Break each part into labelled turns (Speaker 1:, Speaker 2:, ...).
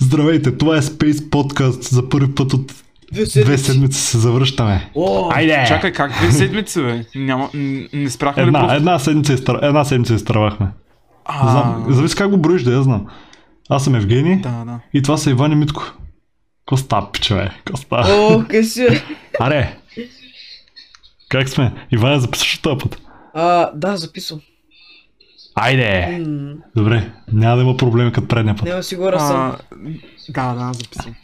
Speaker 1: Здравейте, това е Space Podcast. За първи път от
Speaker 2: Две
Speaker 1: две
Speaker 2: седмици.
Speaker 1: седмици се завръщаме.
Speaker 2: О,
Speaker 1: Айде!
Speaker 3: Чакай, как две седмици, бе? Няма, н- не спряхме ли
Speaker 1: Една,
Speaker 3: просто?
Speaker 1: една седмица, изтър... една седмица изтървахме.
Speaker 3: А,
Speaker 1: Знам, зависи как го броиш, да я знам. Аз съм Евгений
Speaker 3: да, да.
Speaker 1: и това са Иван и Митко. Коста, пичове, Коста.
Speaker 2: О, къси.
Speaker 1: Аре! Как сме? Иван, записаш ли този път?
Speaker 2: А, да, записвам.
Speaker 1: Айде!
Speaker 2: М,
Speaker 1: Добре, няма да има проблеми като предния път.
Speaker 2: Няма сигурен съм.
Speaker 3: А, да, да, записвам.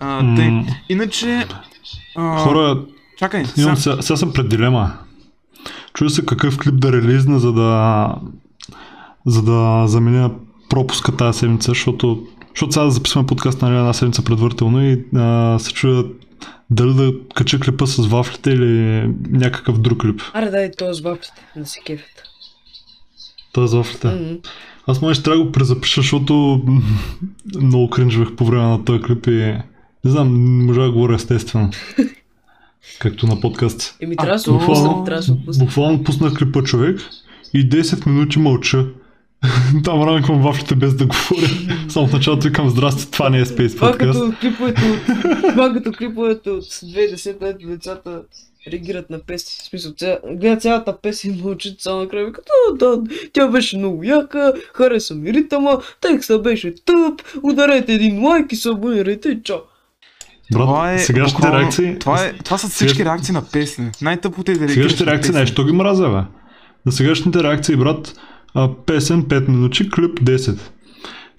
Speaker 3: А,
Speaker 1: М.
Speaker 3: тъй, иначе... А,
Speaker 1: Хора,
Speaker 3: Чакай, сега,
Speaker 1: Имам, сега, сега съм пред дилема. Чуя се какъв клип да релизна, за да, за да заменя пропуска тази седмица, защото, защото сега записваме подкаст на една седмица предварително и а, се чуя дали да кача клипа с вафлите или някакъв друг клип.
Speaker 2: Аре, дай този бабите на се кефят.
Speaker 1: Той е с вафлите.
Speaker 2: М,
Speaker 1: Аз май ще трябва да го презапиша, защото м, много кринжвах по време на този клип и не знам, не можа да говоря естествено. Както на подкаст.
Speaker 2: Еми,
Speaker 3: А,
Speaker 2: трябва да се
Speaker 3: то-
Speaker 2: отпуснем, трябва да се отпуснем.
Speaker 1: Буквално пуснах клипа човек и 10 минути мълча. Там ранквам вафлите без да говоря. Само в началото викам здрасти, това не е Space
Speaker 2: Това
Speaker 1: Podcast.
Speaker 2: като клиповете от... Това като клиповете от 2010-та, ето децата реагират на песни. В смисъл, ця... гледат цялата песен и мълчат само накрая. Викат, «А, да, тя беше много яка, хареса ми ритъма, текста беше тъп, ударете един лайк и се абонирайте и чао.
Speaker 3: това е
Speaker 1: Брат, сегашните
Speaker 3: буквално-
Speaker 1: реакции...
Speaker 3: Това, е, това са всички
Speaker 1: сега-
Speaker 3: реакции на песни. Най-тъпото е да
Speaker 1: Сегашните реакции нещо ги мразя, бе. На сегашните реакции, брат, а, песен 5 минути, клип 10.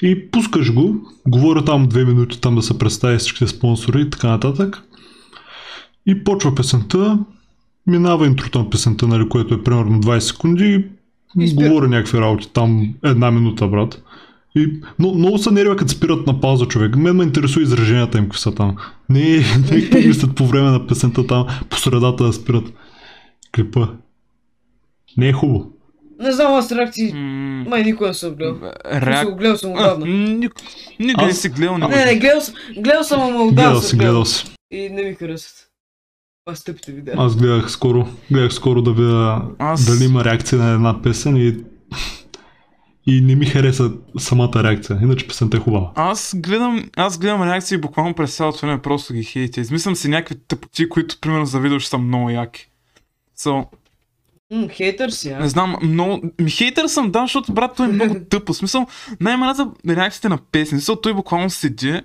Speaker 1: И пускаш го, говоря там 2 минути, там да се представи всичките спонсори и така нататък. И почва песента, минава интрото на песента, нали, което е примерно 20 секунди
Speaker 2: И
Speaker 1: и
Speaker 2: спира.
Speaker 1: говоря някакви работи, там една минута, брат. И, но, много се нервя, като спират на пауза човек. Мен ме интересува израженията им, какви са там. Не, не какво мислят по време на песента там, по средата да спират клипа. Не е хубаво.
Speaker 2: Не знам, аз реакции Май никога не съм гледал. Реак...
Speaker 3: Реак...
Speaker 2: Го гледал съм
Speaker 3: А,
Speaker 2: отдавна.
Speaker 3: ник- Никъде не
Speaker 1: Аз-
Speaker 3: си гледал никога.
Speaker 2: Не, не, гледал съм, гледал съм, ама отдавна
Speaker 1: Гледал
Speaker 2: съм
Speaker 1: си, гледал си.
Speaker 2: И не ми харесват. Това са тъпите видеа.
Speaker 1: Аз гледах скоро, гледах скоро да видя
Speaker 3: Аз-
Speaker 1: дали има реакция на една песен и, и не ми хареса самата реакция. Иначе песента е хубава.
Speaker 3: Аз гледам, аз гледам реакции буквално през цялото време, просто ги хейтя. Измислям си някакви тъпоти, които примерно за видео ще са много яки. So,
Speaker 2: М, хейтър си,
Speaker 3: Не
Speaker 2: а?
Speaker 3: знам, много... Ми хейтър съм, да, защото брат, той е много тъпо. В смисъл, най-мраза реакциите на песни. В Смисъл, той буквално седи,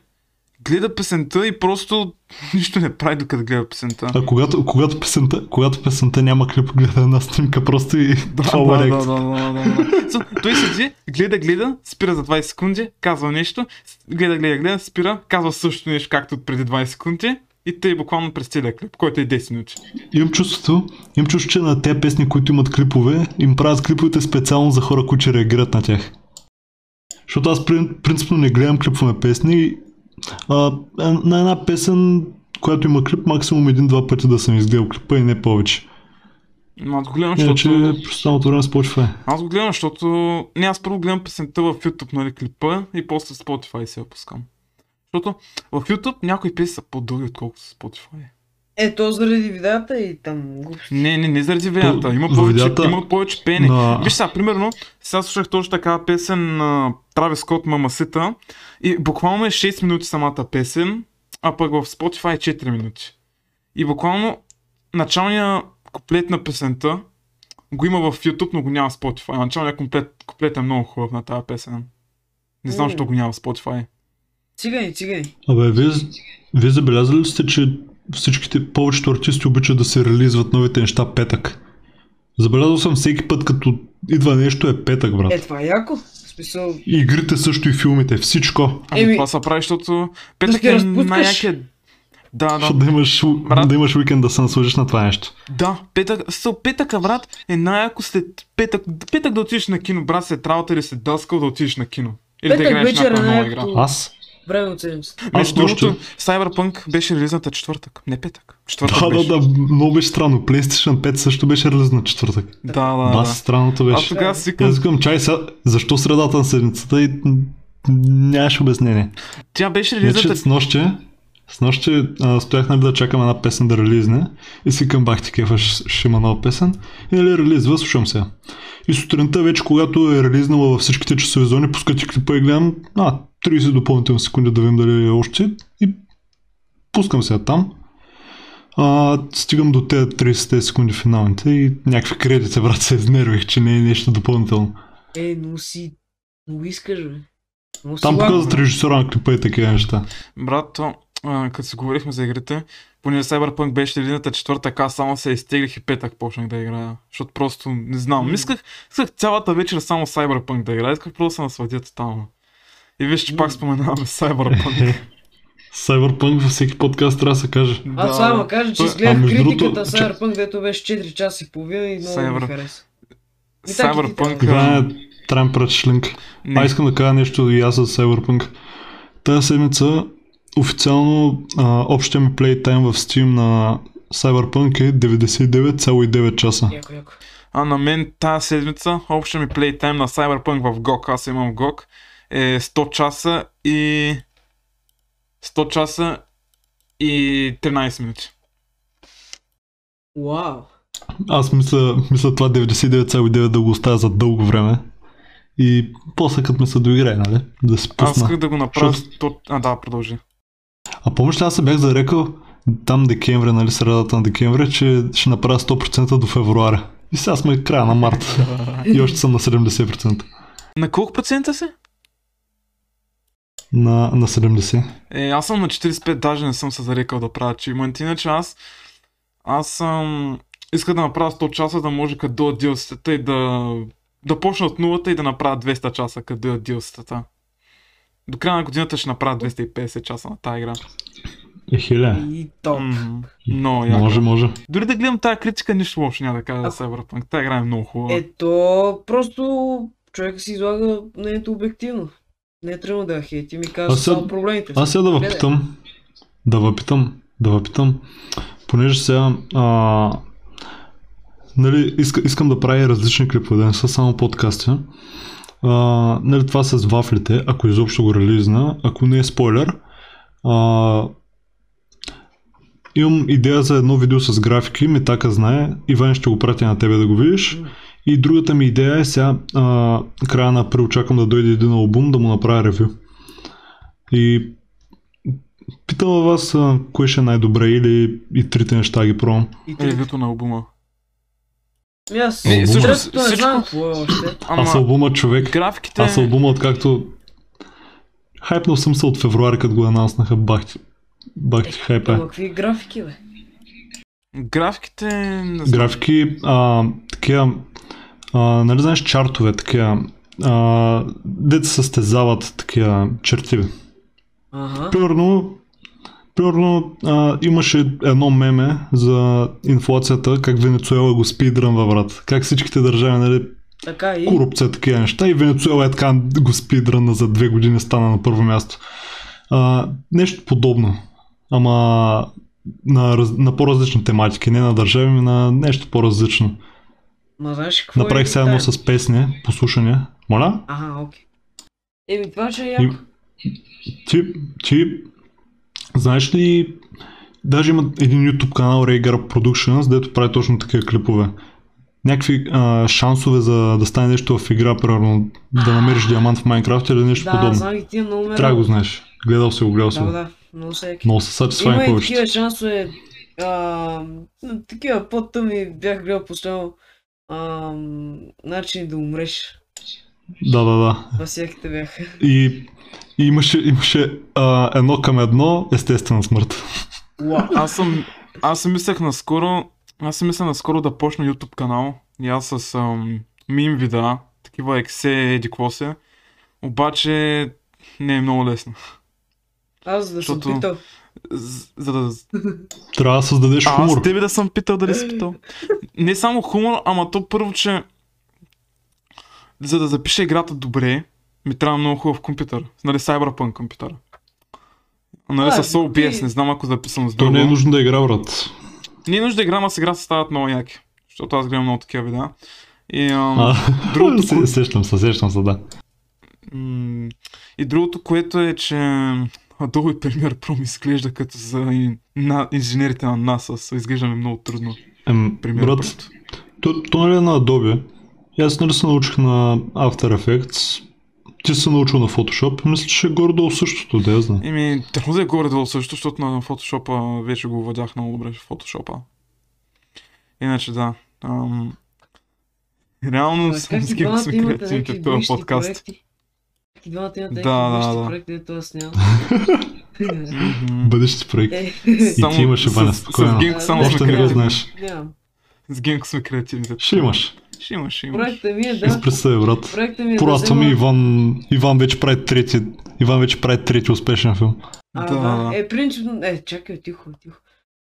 Speaker 3: гледа песента и просто нищо не прави докато гледа песента.
Speaker 1: А когато, когато, песента, когато песента няма клип, гледа една снимка просто и това е
Speaker 3: да, да,
Speaker 1: реакция.
Speaker 3: да, да, да, да. So, той седи, гледа, гледа, спира за 20 секунди, казва нещо, с- гледа, гледа, гледа, спира, казва същото нещо, както от преди 20 секунди. И тъй буквално през целия клип, който е 10 минути.
Speaker 1: Имам чувството, имам чувство, че на тези песни, които имат клипове, им правят клиповете специално за хора, които ще реагират на тях. Защото аз прин- принципно не гледам клипове песни. А, е, на една песен, която има клип, максимум един-два пъти да съм изгледал клипа и не повече.
Speaker 3: Но аз го гледам,
Speaker 1: Иначе
Speaker 3: защото...
Speaker 1: през самото време спочва.
Speaker 3: Аз го гледам, защото... Не, аз първо гледам песента в YouTube, нали, клипа и после в Spotify се я пускам. Защото в YouTube някои песни са по-дълги, отколкото в Spotify.
Speaker 2: Е, то заради видеята и там глупости.
Speaker 3: Не, не, не заради видеята. Има
Speaker 1: за
Speaker 3: повече,
Speaker 1: видеята-
Speaker 3: има повече пеене.
Speaker 1: На...
Speaker 3: Виж сега, примерно, сега слушах точно такава песен на Травис Скот Мамасита и буквално е 6 минути самата песен, а пък в Spotify е 4 минути. И буквално началният куплет на песента го има в YouTube, но го няма в Spotify. Началният куплет, куплет е много хубав на тази песен. Не знам,
Speaker 2: М.
Speaker 3: защо го няма в Spotify.
Speaker 2: Цигани, цигани.
Speaker 1: Абе, вие, вие забелязали ли сте, че всичките, повечето артисти обичат да се релизват новите неща петък? Забелязал съм всеки път, като идва нещо е петък, брат.
Speaker 2: Е, това е яко. В смисъл,
Speaker 1: И игрите също и филмите, всичко.
Speaker 3: Ами
Speaker 2: Еми,
Speaker 3: това се прави, защото петък
Speaker 2: ще
Speaker 3: е
Speaker 2: разпускаш.
Speaker 3: най-якият... Да, да.
Speaker 1: Защото да имаш,
Speaker 3: Брат.
Speaker 1: да имаш уикенд да се наслужиш на това нещо.
Speaker 3: Да, петък, со, петъка, брат, е най-ако след петък, петък да отидеш на кино, брат, след работа или след даскал да отидеш на кино. Или
Speaker 2: Петък
Speaker 3: да играеш
Speaker 2: вечер е
Speaker 3: някаква нова игра.
Speaker 2: най-якото.
Speaker 1: Аз?
Speaker 2: време от седмицата.
Speaker 3: Между
Speaker 1: нощи-
Speaker 3: другото, Cyberpunk беше релизната четвъртък, не петък. Четвъртък
Speaker 1: Да, да,
Speaker 3: беше.
Speaker 1: да, много беше странно. PlayStation 5 също беше релиз на четвъртък.
Speaker 3: да, да,
Speaker 1: Да,
Speaker 3: да.
Speaker 1: странното
Speaker 3: Аз
Speaker 1: беше.
Speaker 3: тогава си
Speaker 1: Аз
Speaker 3: викам,
Speaker 1: викам, чай сега, защо средата на седмицата и м, нямаш обяснение.
Speaker 3: тя беше релизната...
Speaker 1: Иначе с нощи, с нощи а, стоях нали, да чакам една песен да релизне и си към бах ти кефа, ще ще има нова песен. И нали релизва, слушам се. И сутринта вече, когато е релизнала във всичките часови зони, пускат и клипа и гледам, а, 30 допълнителни секунди да видим дали е още. И пускам сега там. А, стигам до тези 30 секунди финалните и някакви кредити, брат, се изнервих, че не е нещо допълнително.
Speaker 2: Е, но си... Много искаш, бе. Много си
Speaker 1: Там
Speaker 2: лак,
Speaker 1: показват
Speaker 2: бе.
Speaker 1: режисьора на клипа и такива неща.
Speaker 3: Брат, то, а, като си говорихме за игрите, понеже Cyberpunk беше едината четвърта, така само се изтеглих и петък почнах да играя. Защото просто не знам.
Speaker 2: Мм.
Speaker 3: Исках, исках цялата вечер само Cyberpunk да играя. Исках просто да се насладя тотално. И виж, че пак споменаваме Cyberpunk.
Speaker 1: Cyberpunk във всеки подкаст трябва да се каже.
Speaker 2: Аз това ма кажа, че
Speaker 3: Той-
Speaker 1: а,
Speaker 2: изгледах
Speaker 1: между другото,
Speaker 2: критиката на
Speaker 1: че-
Speaker 2: Cyberpunk, дето беше 4 часа и половина и много ми
Speaker 3: Cyber-
Speaker 2: хареса. И так и ти
Speaker 3: Cyberpunk...
Speaker 1: Иване,
Speaker 3: а,
Speaker 1: трябва да пратиш линк.
Speaker 3: не.
Speaker 1: А искам да кажа нещо и аз за Cyberpunk. Тази седмица официално а, общия ми плейтайм в Steam на Cyberpunk е 99,9 часа.
Speaker 2: Яко, яко.
Speaker 3: А на мен тази седмица общия ми плейтайм на Cyberpunk в GOG, аз имам GOG, е 100 часа и... 100 часа и 13 минути.
Speaker 2: Вау.
Speaker 1: Аз мисля, мисля това 99,9 да го оставя за дълго време. И после като ме се доиграе, нали? Да се
Speaker 3: Аз
Speaker 1: пусна.
Speaker 3: исках да го направя
Speaker 1: Защото-
Speaker 3: 100... А, да, продължи.
Speaker 1: А помниш ли аз се бях зарекал там декември, нали, средата на декември, че ще направя 100% до февруаря. И сега сме края на март. И още съм на 70%.
Speaker 3: На колко процента си?
Speaker 1: На, на 70.
Speaker 3: Е, аз съм на 45, даже не съм се зарекал да правя ачивмент. Иначе аз... Аз съм... Исках да направя 100 часа, да може като дойдат DLC-тата и да... Да почна от нулата и да направя 200 часа, като дойдат DLC-тата. До края на годината ще направя 250 часа на тази игра.
Speaker 1: Е, хиля.
Speaker 2: И топ.
Speaker 3: М, Много яко.
Speaker 1: Може, може.
Speaker 3: Дори да гледам тази критика, нищо лошо няма да кажа за
Speaker 2: А-
Speaker 3: Cyberpunk. Тая игра е много хубава.
Speaker 2: Ето, просто човек си излага мнението обективно. Не е тръгнал да я хейти, ми казва
Speaker 1: Аз сега-
Speaker 2: само проблемите.
Speaker 1: Аз сега да
Speaker 2: Гледай.
Speaker 1: въпитам. Да въпитам. Да въпитам. Понеже сега... А, нали, иска, искам да правя различни клипове, да не са само подкасти. А, нали, това с вафлите, ако изобщо го релизна, ако не е спойлер. А, имам идея за едно видео с графики, Митака знае, Иван ще го пратя на тебе да го видиш.
Speaker 2: М.
Speaker 1: И другата ми идея е сега, а, края на април чакам да дойде един албум, да му направя ревю. И питам вас, а, кое ще е най-добре или и трите неща ги пробвам.
Speaker 2: И ти...
Speaker 3: Ревюто на албума.
Speaker 2: Ми аз...
Speaker 1: Не, всъщност
Speaker 2: Третото не
Speaker 3: всичко-
Speaker 2: знам какво е още.
Speaker 1: Аз
Speaker 3: Ама е?
Speaker 1: албума човек.
Speaker 3: графиките...
Speaker 1: Аз албума откакто... Хайпнал съм се от февруари, като го анонснаха, бах ти, бах ти хайпа.
Speaker 2: Ама какви графики, бе?
Speaker 3: Графиките... не знам.
Speaker 1: Графики, а, такива, а, нали знаеш, чартове, такива, а, деца състезават такива черти. бе.
Speaker 2: Ага.
Speaker 1: Примерно, примерно а, имаше едно меме за инфлацията, как Венецуела го спидрънва, брат. Как всичките държави, нали,
Speaker 2: Така и...
Speaker 1: корупция, такива неща. И Венецуела е така го спидрана за две години, стана на първо място. А, нещо подобно. Ама на, раз- на по-различни тематики, не на държави, ми на нещо по-различно.
Speaker 2: Ма знаеш какво
Speaker 1: Направих
Speaker 2: е
Speaker 1: се едно
Speaker 2: тая?
Speaker 1: с песни, послушания. Моля?
Speaker 2: Ага, окей. Еми, това ще е
Speaker 1: И,
Speaker 2: яко.
Speaker 1: ти, ти, знаеш ли, даже има един YouTube канал Raygar Productions, дето прави точно такива клипове. Някакви а, шансове за да стане нещо в игра, примерно да намериш диамант в Майнкрафт или нещо
Speaker 2: Да,
Speaker 1: подобно.
Speaker 2: знам ги тия много ме...
Speaker 1: Трябва да го знаеш. Гледал си го, гледал си
Speaker 2: Да,
Speaker 1: го.
Speaker 2: бе, да. Много се яки.
Speaker 1: Много се сатисфайн
Speaker 2: Има и
Speaker 1: повече.
Speaker 2: такива шансове. А, м, такива по-тъмни бях гледал последно. А, м, начин да умреш.
Speaker 1: Да, да, да.
Speaker 2: На всяките бяха.
Speaker 1: И, и имаше, имаше а, едно към едно естествена смърт.
Speaker 2: Уау.
Speaker 3: Аз съм, аз си мислех наскоро, аз си мислех наскоро да почна YouTube канал. И аз с ам, мим видеа, такива ексе, еди какво се. Обаче не е много лесно.
Speaker 2: Аз да съм
Speaker 3: Защото-
Speaker 2: питал.
Speaker 3: З- За да...
Speaker 1: Трябва да създадеш
Speaker 3: А,
Speaker 1: хумор.
Speaker 3: аз тебе да съм питал дали си питал. Не само хумор, ама то първо, че за да запиша играта добре, ми трябва много хубав компютър. Нали, Cyberpunk компютър. Нали,
Speaker 2: Да,
Speaker 3: с OBS,
Speaker 2: ти-
Speaker 3: не знам ако записам с
Speaker 1: То
Speaker 3: друго.
Speaker 1: не е нужно да игра, брат.
Speaker 3: Не е нужда да играм, а с игра се стават много яки. Защото аз гледам много такива видеа. И, ам,
Speaker 1: А,
Speaker 3: другото,
Speaker 1: се, сещам се, сещам се, да.
Speaker 3: м- и другото, което е, че Adobe Premiere Pro ми изглежда като за и- на, инженерите на NASA. Са изглежда ми много трудно.
Speaker 1: Ем,
Speaker 3: Пример,
Speaker 1: брат, то, то нали е на Adobe, И аз нали се научих на After Effects. Ти си се научил на Photoshop. Мисля, че е горе-долу същото, да я знам.
Speaker 3: Еми, трябва да е горе-долу също, защото на фотошопа вече го владях много добре в фотошопа. Иначе да. Ам... Реално
Speaker 2: Ама
Speaker 3: съм
Speaker 2: Как
Speaker 3: с
Speaker 2: ти
Speaker 3: кем
Speaker 2: двамата
Speaker 3: сме
Speaker 2: имате
Speaker 3: креативните
Speaker 2: някакви
Speaker 3: в този
Speaker 2: бъдещи
Speaker 3: подкаст.
Speaker 2: проекти? Ти двамата имате
Speaker 3: Да, да,
Speaker 2: някакви
Speaker 3: да.
Speaker 2: бъдещи проекти, дето аз нямам.
Speaker 3: Мгм.
Speaker 1: Бъдещи проекти.
Speaker 2: Е,
Speaker 1: ти имаш, Иване,
Speaker 3: с, с
Speaker 1: спокойно.
Speaker 3: Генко само сме
Speaker 1: Още не го
Speaker 3: креативни.
Speaker 1: знаеш.
Speaker 2: нямам.
Speaker 3: С Генко сме креативни.
Speaker 1: Ще имаш.
Speaker 3: Ще имаш, ще имаш.
Speaker 2: Проектът ми е
Speaker 1: Да.
Speaker 2: да...
Speaker 1: се представя, брат.
Speaker 2: Проектът ми е да
Speaker 1: Порастваме
Speaker 2: взема...
Speaker 1: Иван. Иван вече прави трети. Иван вече прави трети успешен филм.
Speaker 2: А,
Speaker 3: Да.
Speaker 2: да. Е, принципно... Е, чакай, тихо, тихо.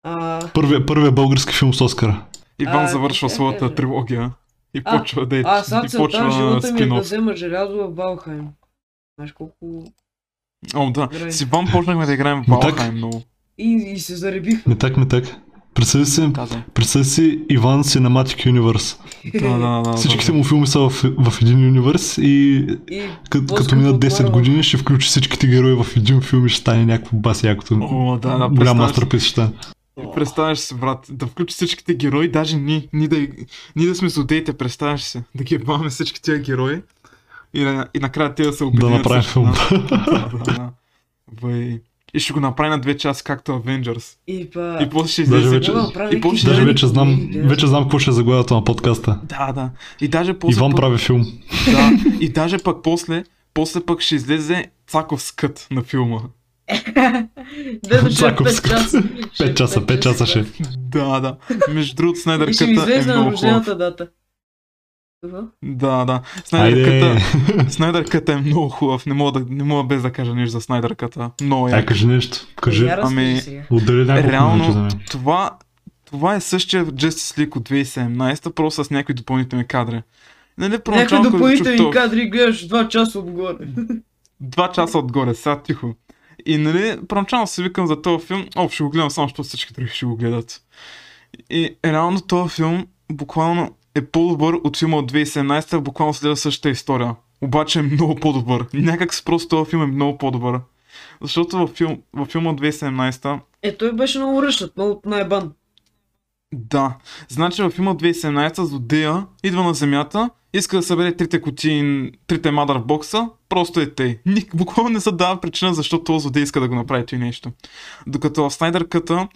Speaker 2: А,
Speaker 1: Първия, първия български филм с Оскара.
Speaker 3: Иван
Speaker 2: А,
Speaker 3: завършва
Speaker 2: как
Speaker 3: своята
Speaker 2: кажа?
Speaker 3: трилогия. И
Speaker 2: А,
Speaker 3: почва да е.
Speaker 2: а сега
Speaker 3: И
Speaker 2: целта в
Speaker 3: почва
Speaker 2: живота ми е да
Speaker 3: спин
Speaker 2: взема желязо в Балхайм. Знаеш колко...
Speaker 3: О, да.
Speaker 2: Играй.
Speaker 3: С Иван почнахме да играем в
Speaker 1: Но так-
Speaker 3: Балхайм много.
Speaker 2: И, и се заребихме.
Speaker 1: Не так, не так. Представи си,
Speaker 3: Да,
Speaker 1: представи си Иван Cinematic Universe.
Speaker 3: да, да, да.
Speaker 1: Всичките му филми са в, в един универс и
Speaker 2: И
Speaker 1: като,
Speaker 2: После
Speaker 1: като минат
Speaker 2: като
Speaker 1: 10
Speaker 2: отваря-
Speaker 1: години ще включи всичките герои в един филм и ще стане някакво бас якото.
Speaker 3: О, да, да,
Speaker 1: голям
Speaker 3: представяш си.
Speaker 1: мастърпис ще стане.
Speaker 3: И Представяш се, брат, да включи всичките герои, даже ни, ни, да, ни да сме злодеите, представяш се, да ги ебаваме всички тия герои и, на, и накрая те да се
Speaker 1: Да
Speaker 3: обединят.
Speaker 1: направим
Speaker 3: всички,
Speaker 1: филм.
Speaker 3: Да, да, да. Бай. И ще го направи на две часа, както Avengers.
Speaker 2: И па...
Speaker 3: И после ще
Speaker 1: Даже
Speaker 3: излезе...
Speaker 1: вече-
Speaker 3: и после ще
Speaker 1: Даже
Speaker 3: излезе-
Speaker 1: вече знам, вече знам какво ще е заглавието на подкаста.
Speaker 3: Да, да. И даже после...
Speaker 1: Иван
Speaker 3: пък-
Speaker 1: прави филм.
Speaker 3: Да, и даже пък после, после пък ще излезе Цаков скът на филма.
Speaker 2: Да, да, ще е
Speaker 1: Цаков
Speaker 2: 5
Speaker 1: скъп.
Speaker 2: часа. Ще е
Speaker 1: 5 часа, 5 часа ще. е.
Speaker 3: Да, да. Между другото,
Speaker 2: И ще
Speaker 3: Снайдърката
Speaker 2: ми
Speaker 3: е
Speaker 2: излезе на
Speaker 3: много хубав.
Speaker 2: рождената дата. Какво?
Speaker 3: Да, да. Снайдърката,
Speaker 1: Айде,
Speaker 3: Снайдърката е много хубав. Не мога, да, не мога без да кажа нищо за Снайдърката. Много е.
Speaker 1: а
Speaker 3: як.
Speaker 1: кажи нещо. Кажи,
Speaker 2: Я разкажи
Speaker 3: ами-
Speaker 2: сега.
Speaker 1: отдели Е, няколко минути за
Speaker 3: Реално
Speaker 1: мен.
Speaker 3: това, това е същия Justice League от 2017, просто с някои допълнителни кадри. Нали,
Speaker 2: Някакви
Speaker 3: първоначално като чух
Speaker 2: допълнителни
Speaker 3: то,
Speaker 2: кадри гледаш 2 часа отгоре.
Speaker 3: два часа отгоре, сега тихо. И нали, първоначално си викам за този филм, о, ще го гледам само, защото всички други ще го гледат. И реално този филм буквално е по-добър от филма от 2017, буквално следва същата история. Обаче е много по-добър. Някак си просто този филм е много по-добър. Защото във, филм, във филма от 2017
Speaker 2: Е, той беше много ръщат, много най-бан.
Speaker 3: Да. Значи във филма 2017 злодея идва на земята, иска да събере трите кутии, трите мадър в бокса, просто е тъй. Ник, буквално не се дава причина защо този злодей иска да го направи той нещо. Докато в Снайдърката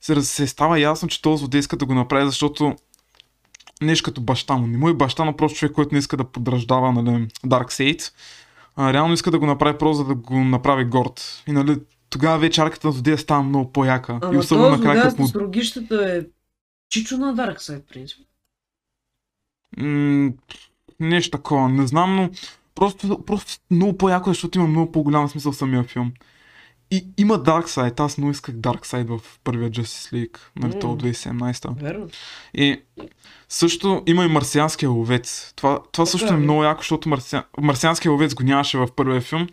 Speaker 3: се, раз- се става ясно, че този злодей иска да го направи, защото нещо като баща му. Не му е баща, но просто човек, който не иска да подраждава нали, Darkseid. А, реално иска да го направи просто, за да го направи горд. И нали, тогава вече арката на злодея става много по-яка. и
Speaker 2: Ама
Speaker 3: особено
Speaker 2: този
Speaker 3: накрая,
Speaker 2: злодея
Speaker 3: като му
Speaker 2: с рогищата е чичо на Дарксайд, в принцип.
Speaker 3: М, нещо такова, не знам, но просто, просто много по-яко, е, защото има много по-голям смисъл в самия филм. И има Dark Side, аз много исках Dark Side в първия Justice League, нали,
Speaker 2: М.
Speaker 3: то от 2017.
Speaker 2: Верно.
Speaker 3: И също има и марсианския ловец. Това, това също е
Speaker 2: Така е.
Speaker 3: много яко, защото марсиан... марсианския ловец го нямаше в първия филм.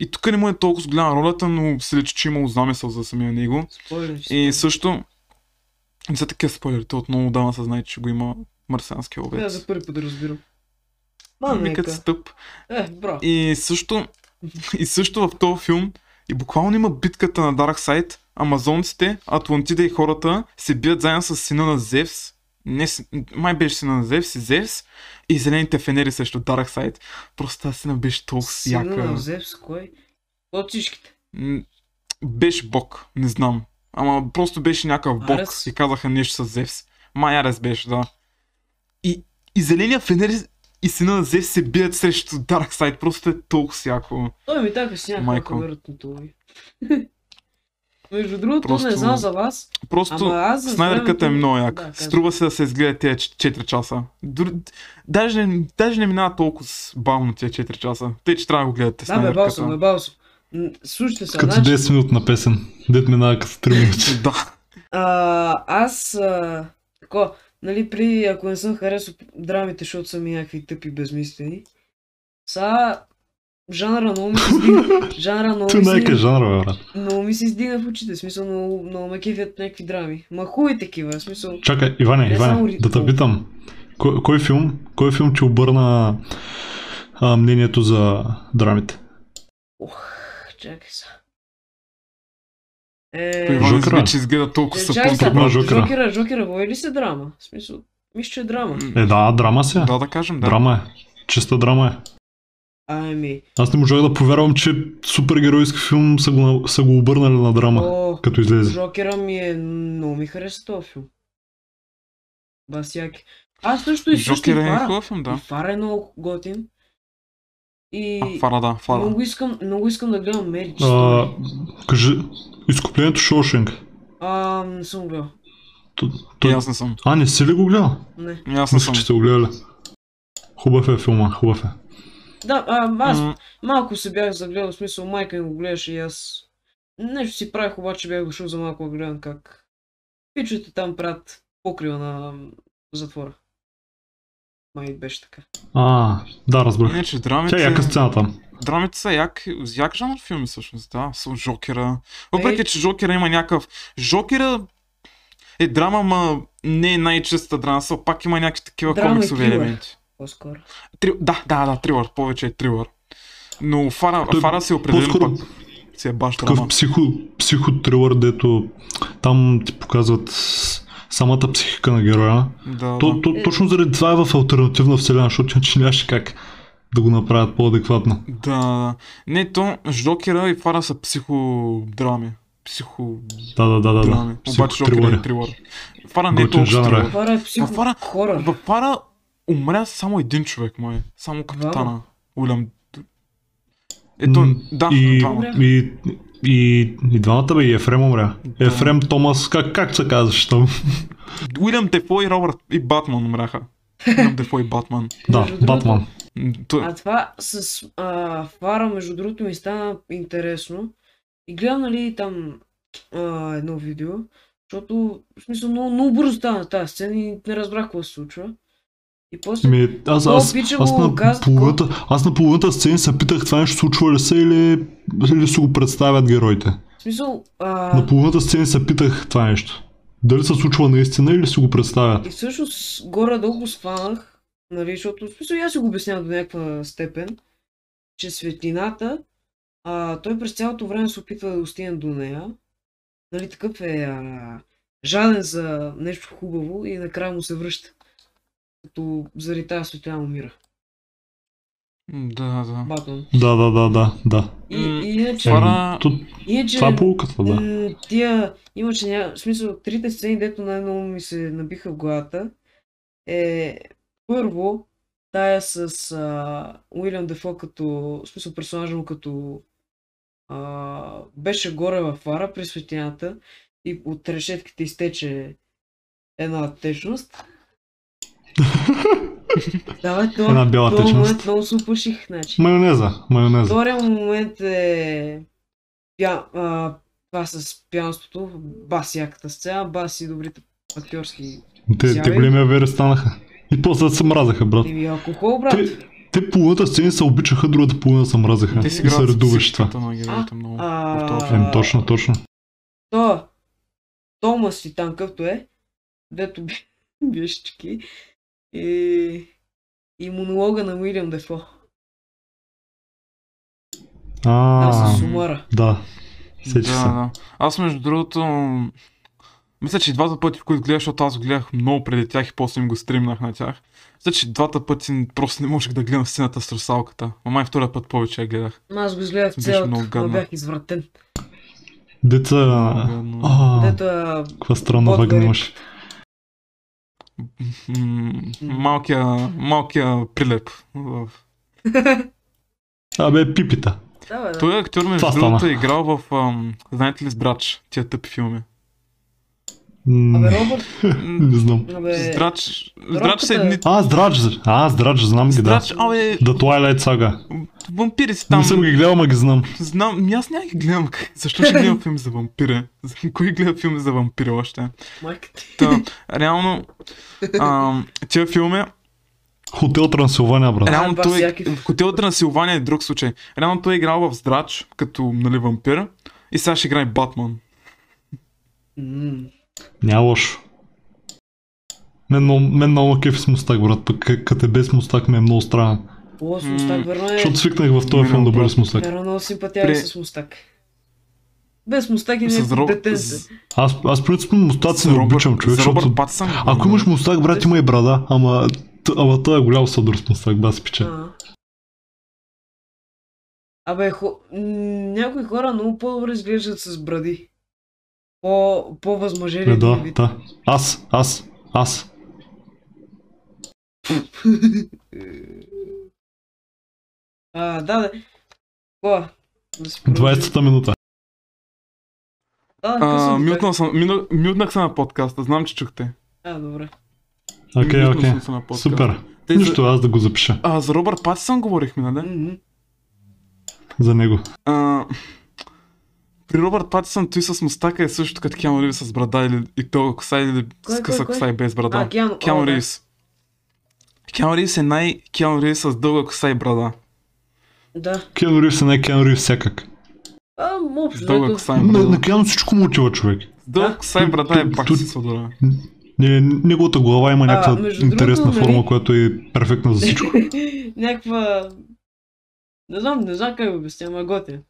Speaker 3: И тук не му е толкова с голяма ролята, но се личи, че има замисъл за самия него.
Speaker 2: Спойлер. си.
Speaker 3: И също... Не са такива спойлери, то отново дава се знае, че го има марсианския ловец.
Speaker 2: Аз за първи път разбирам.
Speaker 3: Ами
Speaker 2: Мамека.
Speaker 3: като си тъп.
Speaker 2: Е, бро.
Speaker 3: И също, и също в този филм, и буквално има битката на Dark Side, амазонците, Атлантида и хората се бият заедно с сина на Зевс. Не, си- май беше сина на Зевс и Зевс и зелените фенери срещу Dark Side. Просто тази сина беше толкова
Speaker 2: Сина
Speaker 3: яка.
Speaker 2: на Зевс, кой? От всичките.
Speaker 3: М, Беше бог, не знам. Ама просто беше някакъв бог
Speaker 2: Арес?
Speaker 3: и казаха нещо с Зевс. Май Арес беше, да. И, и зеления фенер и сина на Зевс се бият срещу Dark Side. Просто е толкова яко.
Speaker 2: Той ми така с някаква
Speaker 3: Майко.
Speaker 2: вероятно това. Между другото,
Speaker 3: Просто-
Speaker 2: не знам за вас,
Speaker 3: Просто
Speaker 2: ама аз за
Speaker 3: Снайдърката е
Speaker 2: времето-
Speaker 3: много як.
Speaker 2: Да, Стру...
Speaker 3: Струва се да се изгледа тези 4 часа. Дори, даже, не- даже не минава толкова с бавно тия 4 часа. Те, че трябва да го гледате
Speaker 2: Да, бе, бал съм, бе,
Speaker 3: Снайдърката.
Speaker 2: бал съм. М, Слушайте се,
Speaker 1: Като
Speaker 2: значи,
Speaker 1: 10 минут на песен. Дед минава като 3 минути.
Speaker 3: Да,
Speaker 2: а, аз, а, тако, нали, при, ако не съм харесал драмите, защото са ми някакви тъпи безмислени, са жанра много ми се издигна, жанра много
Speaker 1: Ти
Speaker 2: ми се
Speaker 1: най-ка жанра, бе, брат.
Speaker 2: Много ми се издигна в очите, в смисъл много, много ме кефят някакви драми. Ма хубави такива, в смисъл.
Speaker 1: Чакай, Иване,
Speaker 2: Не само
Speaker 1: Иване,
Speaker 2: ри-
Speaker 1: да те питам. Кой, кой, филм, кой филм ти обърна а, мнението за драмите?
Speaker 2: Ох, чакай са. Е,
Speaker 3: Иван
Speaker 1: Жокера.
Speaker 3: изби, че изгледа толкова
Speaker 2: е,
Speaker 3: са
Speaker 2: чакай
Speaker 1: пуснат
Speaker 2: са,
Speaker 1: на
Speaker 3: по-добра.
Speaker 1: Жокера.
Speaker 2: Жокера, Жокера, води ли се драма? В смисъл, Мисля, че е драма.
Speaker 3: М,
Speaker 1: Е, да, драма се.
Speaker 3: Да, да кажем, да.
Speaker 1: Драма е. Чиста драма е.
Speaker 2: Ами,
Speaker 1: Аз не можах да повярвам, че супергеройски филм са го, на- са го обърнали на драма,
Speaker 2: о,
Speaker 1: като излезе.
Speaker 2: Джокера ми е... Много ми хареса този филм. Басяки. Аз също и също и
Speaker 3: Джокер е
Speaker 2: Фара.
Speaker 3: хубав филм,
Speaker 2: И
Speaker 3: да.
Speaker 2: Фара е много готин. И...
Speaker 3: А, Фара, да, Фара.
Speaker 2: Много искам, много искам да гледам Мерич.
Speaker 1: А, кажи, изкуплението Шошинг.
Speaker 2: А, не съм гледал.
Speaker 1: Той...
Speaker 3: И аз не съм.
Speaker 1: А, не си ли го гледал?
Speaker 2: Не.
Speaker 3: И аз не
Speaker 1: Мисля,
Speaker 3: съм.
Speaker 1: че сте го гледали. Хубав е филма, хубав е.
Speaker 2: Да, а, аз
Speaker 3: М,
Speaker 2: малко се бях загледал, в смисъл майка ми го гледаше и аз... Нещо си правих, обаче бях дошъл за малко да гледам как... Пичовете там правят покрива на м, затвора. Май беше така.
Speaker 1: А, да, разбрах.
Speaker 3: Иначе
Speaker 1: Тя е
Speaker 3: драмите...
Speaker 1: яка сцена там.
Speaker 3: Драмите са як, як жанр филми всъщност, да. С Жокера. Въпреки,
Speaker 2: Ей.
Speaker 3: че Жокера има някакъв... Жокера е драма, ма не е най-чистата драма, са пак има някакви такива
Speaker 2: Драма и
Speaker 3: комиксови
Speaker 2: трилър.
Speaker 3: елементи.
Speaker 2: По-скоро.
Speaker 3: Три... Да, да, да, трилър, повече е трилър. Но Фара,
Speaker 1: Той
Speaker 3: Фара се определено
Speaker 1: По-скоро
Speaker 3: пък си е баш драма.
Speaker 1: такъв психо, психотрилър, дето там ти показват с- самата психика на героя.
Speaker 3: Да,
Speaker 1: То,
Speaker 3: да.
Speaker 1: то, точно заради това е в альтернативна вселена, защото иначе нямаше как да го направят по-адекватно.
Speaker 3: Да, да. Не, то Жокера и Фара са психодрами. Психодрами.
Speaker 1: Да, да, да, да. да.
Speaker 3: Обаче Жокера е
Speaker 1: Психотрилър.
Speaker 3: трилър. Фара не е
Speaker 1: Готин
Speaker 3: толкова
Speaker 1: жанр е.
Speaker 3: трилър.
Speaker 2: Фара е психо...
Speaker 3: Фара-
Speaker 2: Хора.
Speaker 3: В пара умря само един човек, май. Само капитана. Уилям.
Speaker 1: М,
Speaker 3: Ето, да,
Speaker 1: И,
Speaker 3: двама.
Speaker 1: и, и, и двамата бе, и Ефрем умря.
Speaker 3: Да.
Speaker 1: Ефрем Томас, как, как се казваш там?
Speaker 3: Уилям Дефо и Робърт и Батман умряха. Уилям Дефо и Батман.
Speaker 1: Да,
Speaker 2: Между другото,
Speaker 1: Батман.
Speaker 3: М, Той,
Speaker 2: А това с а, фара, между другото, ми стана интересно. И гледам, нали, там а, едно видео, защото, в смисъл, много, много бързо стана тази сцена и не разбрах какво се случва. И после...
Speaker 1: Ми, аз, аз,
Speaker 2: О, бича
Speaker 1: аз,
Speaker 2: го
Speaker 1: на
Speaker 2: казва-
Speaker 1: половината, аз на половината сцени се питах това нещо случва ли се или, или си го представят героите.
Speaker 2: В смисъл, а,
Speaker 1: На половината сцени се питах това нещо. Дали се случва наистина или си го представят.
Speaker 2: и всъщност горе-долу го схванах, нали, защото в смисъл и аз си го обяснявам до някаква степен, че светлината, а, той през цялото време се опитва да достигне до нея. Нали, такъв е а, жаден за нещо хубаво и накрая му се връща. Като заради тази светлина умира.
Speaker 3: м, да, да.
Speaker 2: Батон.
Speaker 1: Да, да, да, да, да.
Speaker 2: И,
Speaker 3: М,
Speaker 2: и иначе,
Speaker 3: Фара-
Speaker 1: Е, то-
Speaker 2: иначе
Speaker 1: това е полуката, да.
Speaker 2: М, Тия, имаше ня... в смисъл, трите сцени, дето най-много ми се набиха в главата, е първо тая с а, Уилям Дефо като, в смисъл персонажа му като а, беше горе във фара при светлината и от решетките изтече една течност. Да, бе, то,
Speaker 1: Една бяла
Speaker 2: този момент
Speaker 1: течност.
Speaker 2: много се оплаших, значи.
Speaker 1: Майонеза, майонеза.
Speaker 2: Втория момент е пя... а, това с пиянството, бас яката сцена, бас и добрите актьорски.
Speaker 1: Те, те
Speaker 2: Изяви.
Speaker 1: големи авери станаха. И после се мразаха, брат.
Speaker 2: Еми алкохол, брат.
Speaker 1: Те, те половината сцени се обичаха, другата половина се мразаха.
Speaker 3: Те
Speaker 1: И
Speaker 3: си
Speaker 1: се
Speaker 3: играят с
Speaker 1: редуваше това.
Speaker 3: психиката на героите много. в този
Speaker 2: А,
Speaker 3: филм.
Speaker 1: Ем, точно, точно.
Speaker 2: То, Томас и там както е, дето би- беше таки, и, и монолога на Уилям Дефо. Там
Speaker 1: А,
Speaker 2: с сумара.
Speaker 1: да. Сечи
Speaker 3: да,
Speaker 1: се.
Speaker 3: да. Аз между другото... м, Мисля, че и двата пъти, в които гледах, защото аз го гледах много преди тях и после им го стримнах на тях. Мисля, че двата пъти просто не можех да гледам сцената с русалката. Мама и втория път повече я гледах.
Speaker 2: Ама Аз го изгледах
Speaker 3: Беше
Speaker 2: цялото,
Speaker 3: много
Speaker 2: но
Speaker 3: гадно.
Speaker 2: бях извратен.
Speaker 1: Деца...
Speaker 3: гадно.
Speaker 1: А,
Speaker 2: Дето а,
Speaker 1: каква странна
Speaker 2: Подбери.
Speaker 1: вагна имаш.
Speaker 3: М, малкия, малкия прилеп. в-
Speaker 1: Абе, пипита.
Speaker 2: да, бе, да.
Speaker 3: Той актьор, между
Speaker 1: Това стана.
Speaker 3: другото, е играл в, ам, знаете ли, с брач, тия тъпи филми.
Speaker 1: М,
Speaker 2: Абе, Робърт,
Speaker 3: М,
Speaker 1: Не знам.
Speaker 2: абе,
Speaker 3: Здрач, здрач
Speaker 2: Робката
Speaker 3: са
Speaker 2: е.
Speaker 3: едни...
Speaker 1: А, здрач. А, здрач, знам ги, да.
Speaker 3: Здрач, абе,
Speaker 1: Да, Twilight Saga.
Speaker 3: вампири си
Speaker 1: Не
Speaker 3: там.
Speaker 1: съм ги гледал, ма ги знам.
Speaker 3: Знам, ми аз няма ги гледам. къ- Защо ще гледам филми за вампири? За- Кой гледа филми за вампири още?
Speaker 2: майка ти.
Speaker 3: Та, реално, ам, тия филми,
Speaker 1: Хотел Трансилвания, брат.
Speaker 3: реално
Speaker 2: Бас
Speaker 3: той е...
Speaker 2: Якев.
Speaker 3: Хотел Трансилвания е друг случай. Реално той е играл в здрач, като, нали, вампир. И сега ще играе Батман.
Speaker 2: М.
Speaker 1: Няма лошо. Мен, много- мен много кефи с мустак, брат. Пък к- като е без мустак ми е много странен.
Speaker 2: О, с
Speaker 3: М,
Speaker 2: мустак, верно е.
Speaker 1: Защото свикнах в този
Speaker 3: Минал
Speaker 1: филм да бъде
Speaker 3: път.
Speaker 1: с мустак.
Speaker 2: Верно много симпатяга
Speaker 3: При-
Speaker 2: с мустак. Без мустаки не
Speaker 3: С
Speaker 2: е
Speaker 3: Ро-
Speaker 2: дете.
Speaker 3: с-
Speaker 1: Аз, аз принципно мустаци не
Speaker 3: Робърт-
Speaker 1: обичам човек,
Speaker 3: с Робърт
Speaker 1: защото...
Speaker 3: Патсън.
Speaker 1: Ако имаш мустак, брат, има и брада, ама... т- Ама той е голям съдър с мустак, бас пича.
Speaker 2: А. Абе, хо... м, някои хора много по-добре изглеждат с бради. По... По-възмъжени.
Speaker 1: Е, да,
Speaker 2: вид.
Speaker 1: да. Аз, аз, аз.
Speaker 2: А, да, да. Кога? Да си продължим.
Speaker 1: 20-та минута.
Speaker 2: Да, да,
Speaker 3: А,
Speaker 2: късно бях.
Speaker 3: мютнал съм, мина- мютнах се на подкаста, знам, че чухте.
Speaker 2: А, добре.
Speaker 1: Окей,
Speaker 3: Мютнал
Speaker 1: окей.
Speaker 3: съм се на подкаста.
Speaker 1: Супер.
Speaker 3: Те за-
Speaker 1: Нищо, аз да го запиша
Speaker 3: А, за Робърт Патсън говорихме, нали?
Speaker 2: Мгм.
Speaker 1: за него.
Speaker 3: А, при Робърт Патисън той с мустака е също като Киану Ривз с брада или и дълга коса или
Speaker 2: Кой,
Speaker 3: с къса
Speaker 2: кой, кой?
Speaker 3: коса и без брада.
Speaker 2: А, Киану, о,
Speaker 3: Киану
Speaker 2: да.
Speaker 3: Ривз. Киану Ривз е най Киану Ривз с дълга коса и брада.
Speaker 2: Да.
Speaker 1: Киану Ривз е най Киану Ривз всякак.
Speaker 2: А, м,
Speaker 3: С
Speaker 2: общо.
Speaker 3: дълга
Speaker 2: взето.
Speaker 3: коса и
Speaker 1: На,
Speaker 3: брада.
Speaker 1: на Киану всичко му отива човек.
Speaker 3: С дълга коса и брада е
Speaker 1: Ту-
Speaker 3: пак
Speaker 1: ту-
Speaker 3: си сладора.
Speaker 1: Не, неговата глава има
Speaker 2: А,
Speaker 1: някаква
Speaker 2: между
Speaker 1: интересна
Speaker 2: другото,
Speaker 1: форма,
Speaker 2: нали-
Speaker 1: която е перфектна за всичко.
Speaker 2: Някаква... Не знам, не знам как го обясня, ама готин.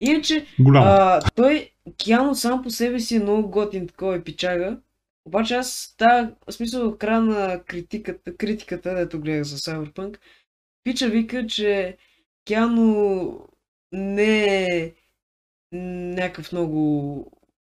Speaker 2: Иначе,
Speaker 1: Голяма.
Speaker 2: а, той, Киано сам по себе си е много готин, такова е пичага. Обаче аз, та, в смисъл, в края на критиката, критиката, дето гледах за Cyberpunk, Пича вика, че Киано не е някакъв много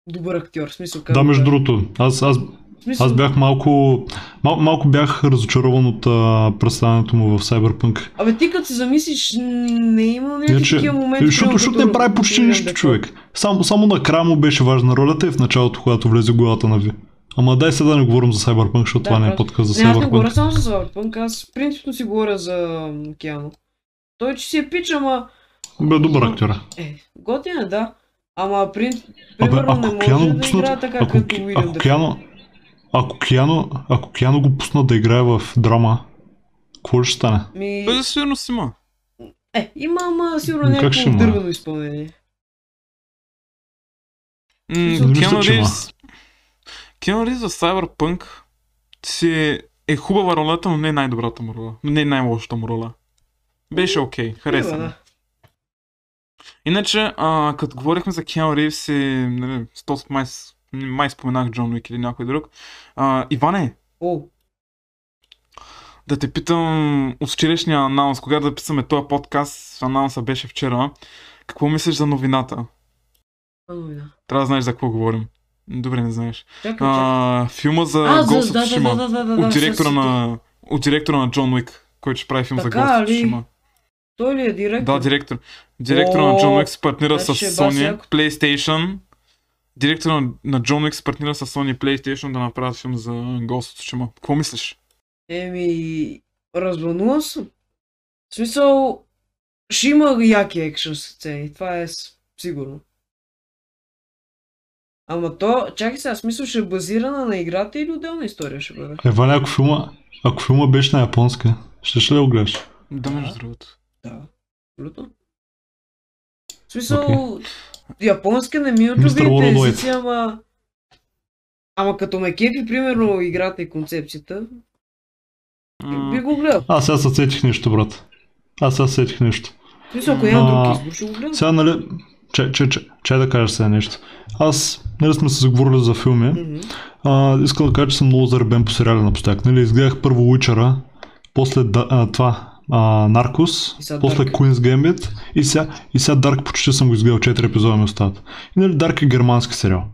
Speaker 2: добър актьор. В смисъл,
Speaker 1: Да,
Speaker 2: казва-
Speaker 1: между другото, аз, аз,
Speaker 2: в смисъл,
Speaker 1: аз бях малко, мал, малко бях разочарован от а, представянето му в Cyberpunk.
Speaker 2: Абе ти като се замислиш, н- не има някакви
Speaker 1: Иначе,
Speaker 2: Е,
Speaker 1: е,
Speaker 2: такива моменти.
Speaker 1: защото,
Speaker 2: примерно,
Speaker 1: защото
Speaker 2: като
Speaker 1: не прави почти
Speaker 2: Юлиан
Speaker 1: нищо
Speaker 2: Деков.
Speaker 1: човек. Само, само на края му беше важна ролята и в началото, когато влезе в главата на Ви. Ама дай сега да не говорим за Cyberpunk, защото
Speaker 2: Да,
Speaker 1: това не е
Speaker 2: просто.
Speaker 1: подкаст за
Speaker 2: Не, аз не говоря
Speaker 1: Cyberpunk.
Speaker 2: само за Cyberpunk, аз принципно си говоря за м, Киано. Той че си е пич, ама...
Speaker 1: Бе, добър актьор. е.
Speaker 2: Е, готин е, да. Ама прин...
Speaker 1: Абе,
Speaker 2: примерно не
Speaker 1: ако
Speaker 2: може
Speaker 1: Киано го
Speaker 2: да
Speaker 1: пуснат,
Speaker 2: играе така,
Speaker 1: ако,
Speaker 2: като
Speaker 1: Ки-
Speaker 2: Уилям
Speaker 1: ако
Speaker 2: Дефо.
Speaker 1: Киано, ако Киано, ако Киано го пуснат да играе в драма, какво ще стане?
Speaker 2: Ми...
Speaker 3: Той сигурно си има.
Speaker 2: Е, има, ама сигурно
Speaker 1: Ами, Как ще
Speaker 2: някакво
Speaker 1: има?
Speaker 2: дървено изпълнение.
Speaker 3: М,
Speaker 1: Не мисля,
Speaker 3: Киану
Speaker 1: че има.
Speaker 3: Ривз... Киану Ривз за Cyberpunk си е- е хубава ролята, но не е най-добрата му роля. Не е най-лошата му роля. Беше окей, хареса
Speaker 2: Е, Има,
Speaker 3: ми.
Speaker 2: да.
Speaker 3: Иначе, а, като говорихме за Киану Ривз и нали, сто с- май, с- май споменах Джон Уик или някой друг. А, Иване,
Speaker 2: О,
Speaker 3: да те питам от вчерашния анаунс, когато да писаме този подкаст, анаунса беше вчера. Какво мислиш за новината?
Speaker 2: ама да.
Speaker 3: Трябва да знаеш за какво говорим. Добре, не знаеш.
Speaker 2: Чакай, чакай.
Speaker 3: А, филма за
Speaker 2: А,
Speaker 3: Ghost
Speaker 2: за...
Speaker 3: of
Speaker 2: Да, да, да,
Speaker 3: Tsushima.
Speaker 2: да, да, да, да.
Speaker 3: От директора
Speaker 2: с-
Speaker 3: на... От директора на Джон Уик, който ще прави филм за
Speaker 2: Така
Speaker 3: Ghost of
Speaker 2: ли?
Speaker 3: Tsushima.
Speaker 2: Той ли е директор?
Speaker 3: Да, директор. Директора на Джон Уик се партнира с
Speaker 2: значи е бас
Speaker 3: Sony,
Speaker 2: яко.
Speaker 3: PlayStation. Директора на- на Джон Уик се партнира с Sony и PlayStation да направят филм за Ghost of Tsushima. Какво мислиш?
Speaker 2: Еми, развълнуван съм. В смисъл, ще има яки екшън сцени, това е с- сигурно. Ама то, чакай сега, в смисъл ще е базирана на играта или отделна история ще бъде?
Speaker 1: Е, Валя, ако филма, ако филма беше на японска, ще ще ли го гледаш?
Speaker 3: Да, между другото.
Speaker 2: Да. Абсолютно. В смисъл, японска не ми е от
Speaker 1: Mr.
Speaker 2: любимите
Speaker 1: Worldwide.
Speaker 2: езици, ама... Ама като ме кефи, примерно, играта и концепцията, би
Speaker 3: М,
Speaker 2: го гледал.
Speaker 1: Аз сега се сетих нещо, брат. Аз сега се сетих нещо.
Speaker 2: В смисъл, ако няма
Speaker 1: А,
Speaker 2: друг избор, ще го гледам.
Speaker 1: Сега, нали, че, че, че, че да кажа сега нещо. Аз, нали сме се заговорили за филми,
Speaker 2: Мгм.
Speaker 1: а, искам да кажа, че съм много заребен по сериали напоследък. Нали, изгледах първо Уичера, после да, а, това, а, Наркос,
Speaker 2: И сега
Speaker 1: после
Speaker 2: Dark.
Speaker 1: Queen's Gambit и сега, и сега Dark почти съм го изгледал, 4 епизода ми остават. И нали, Dark е германски сериал.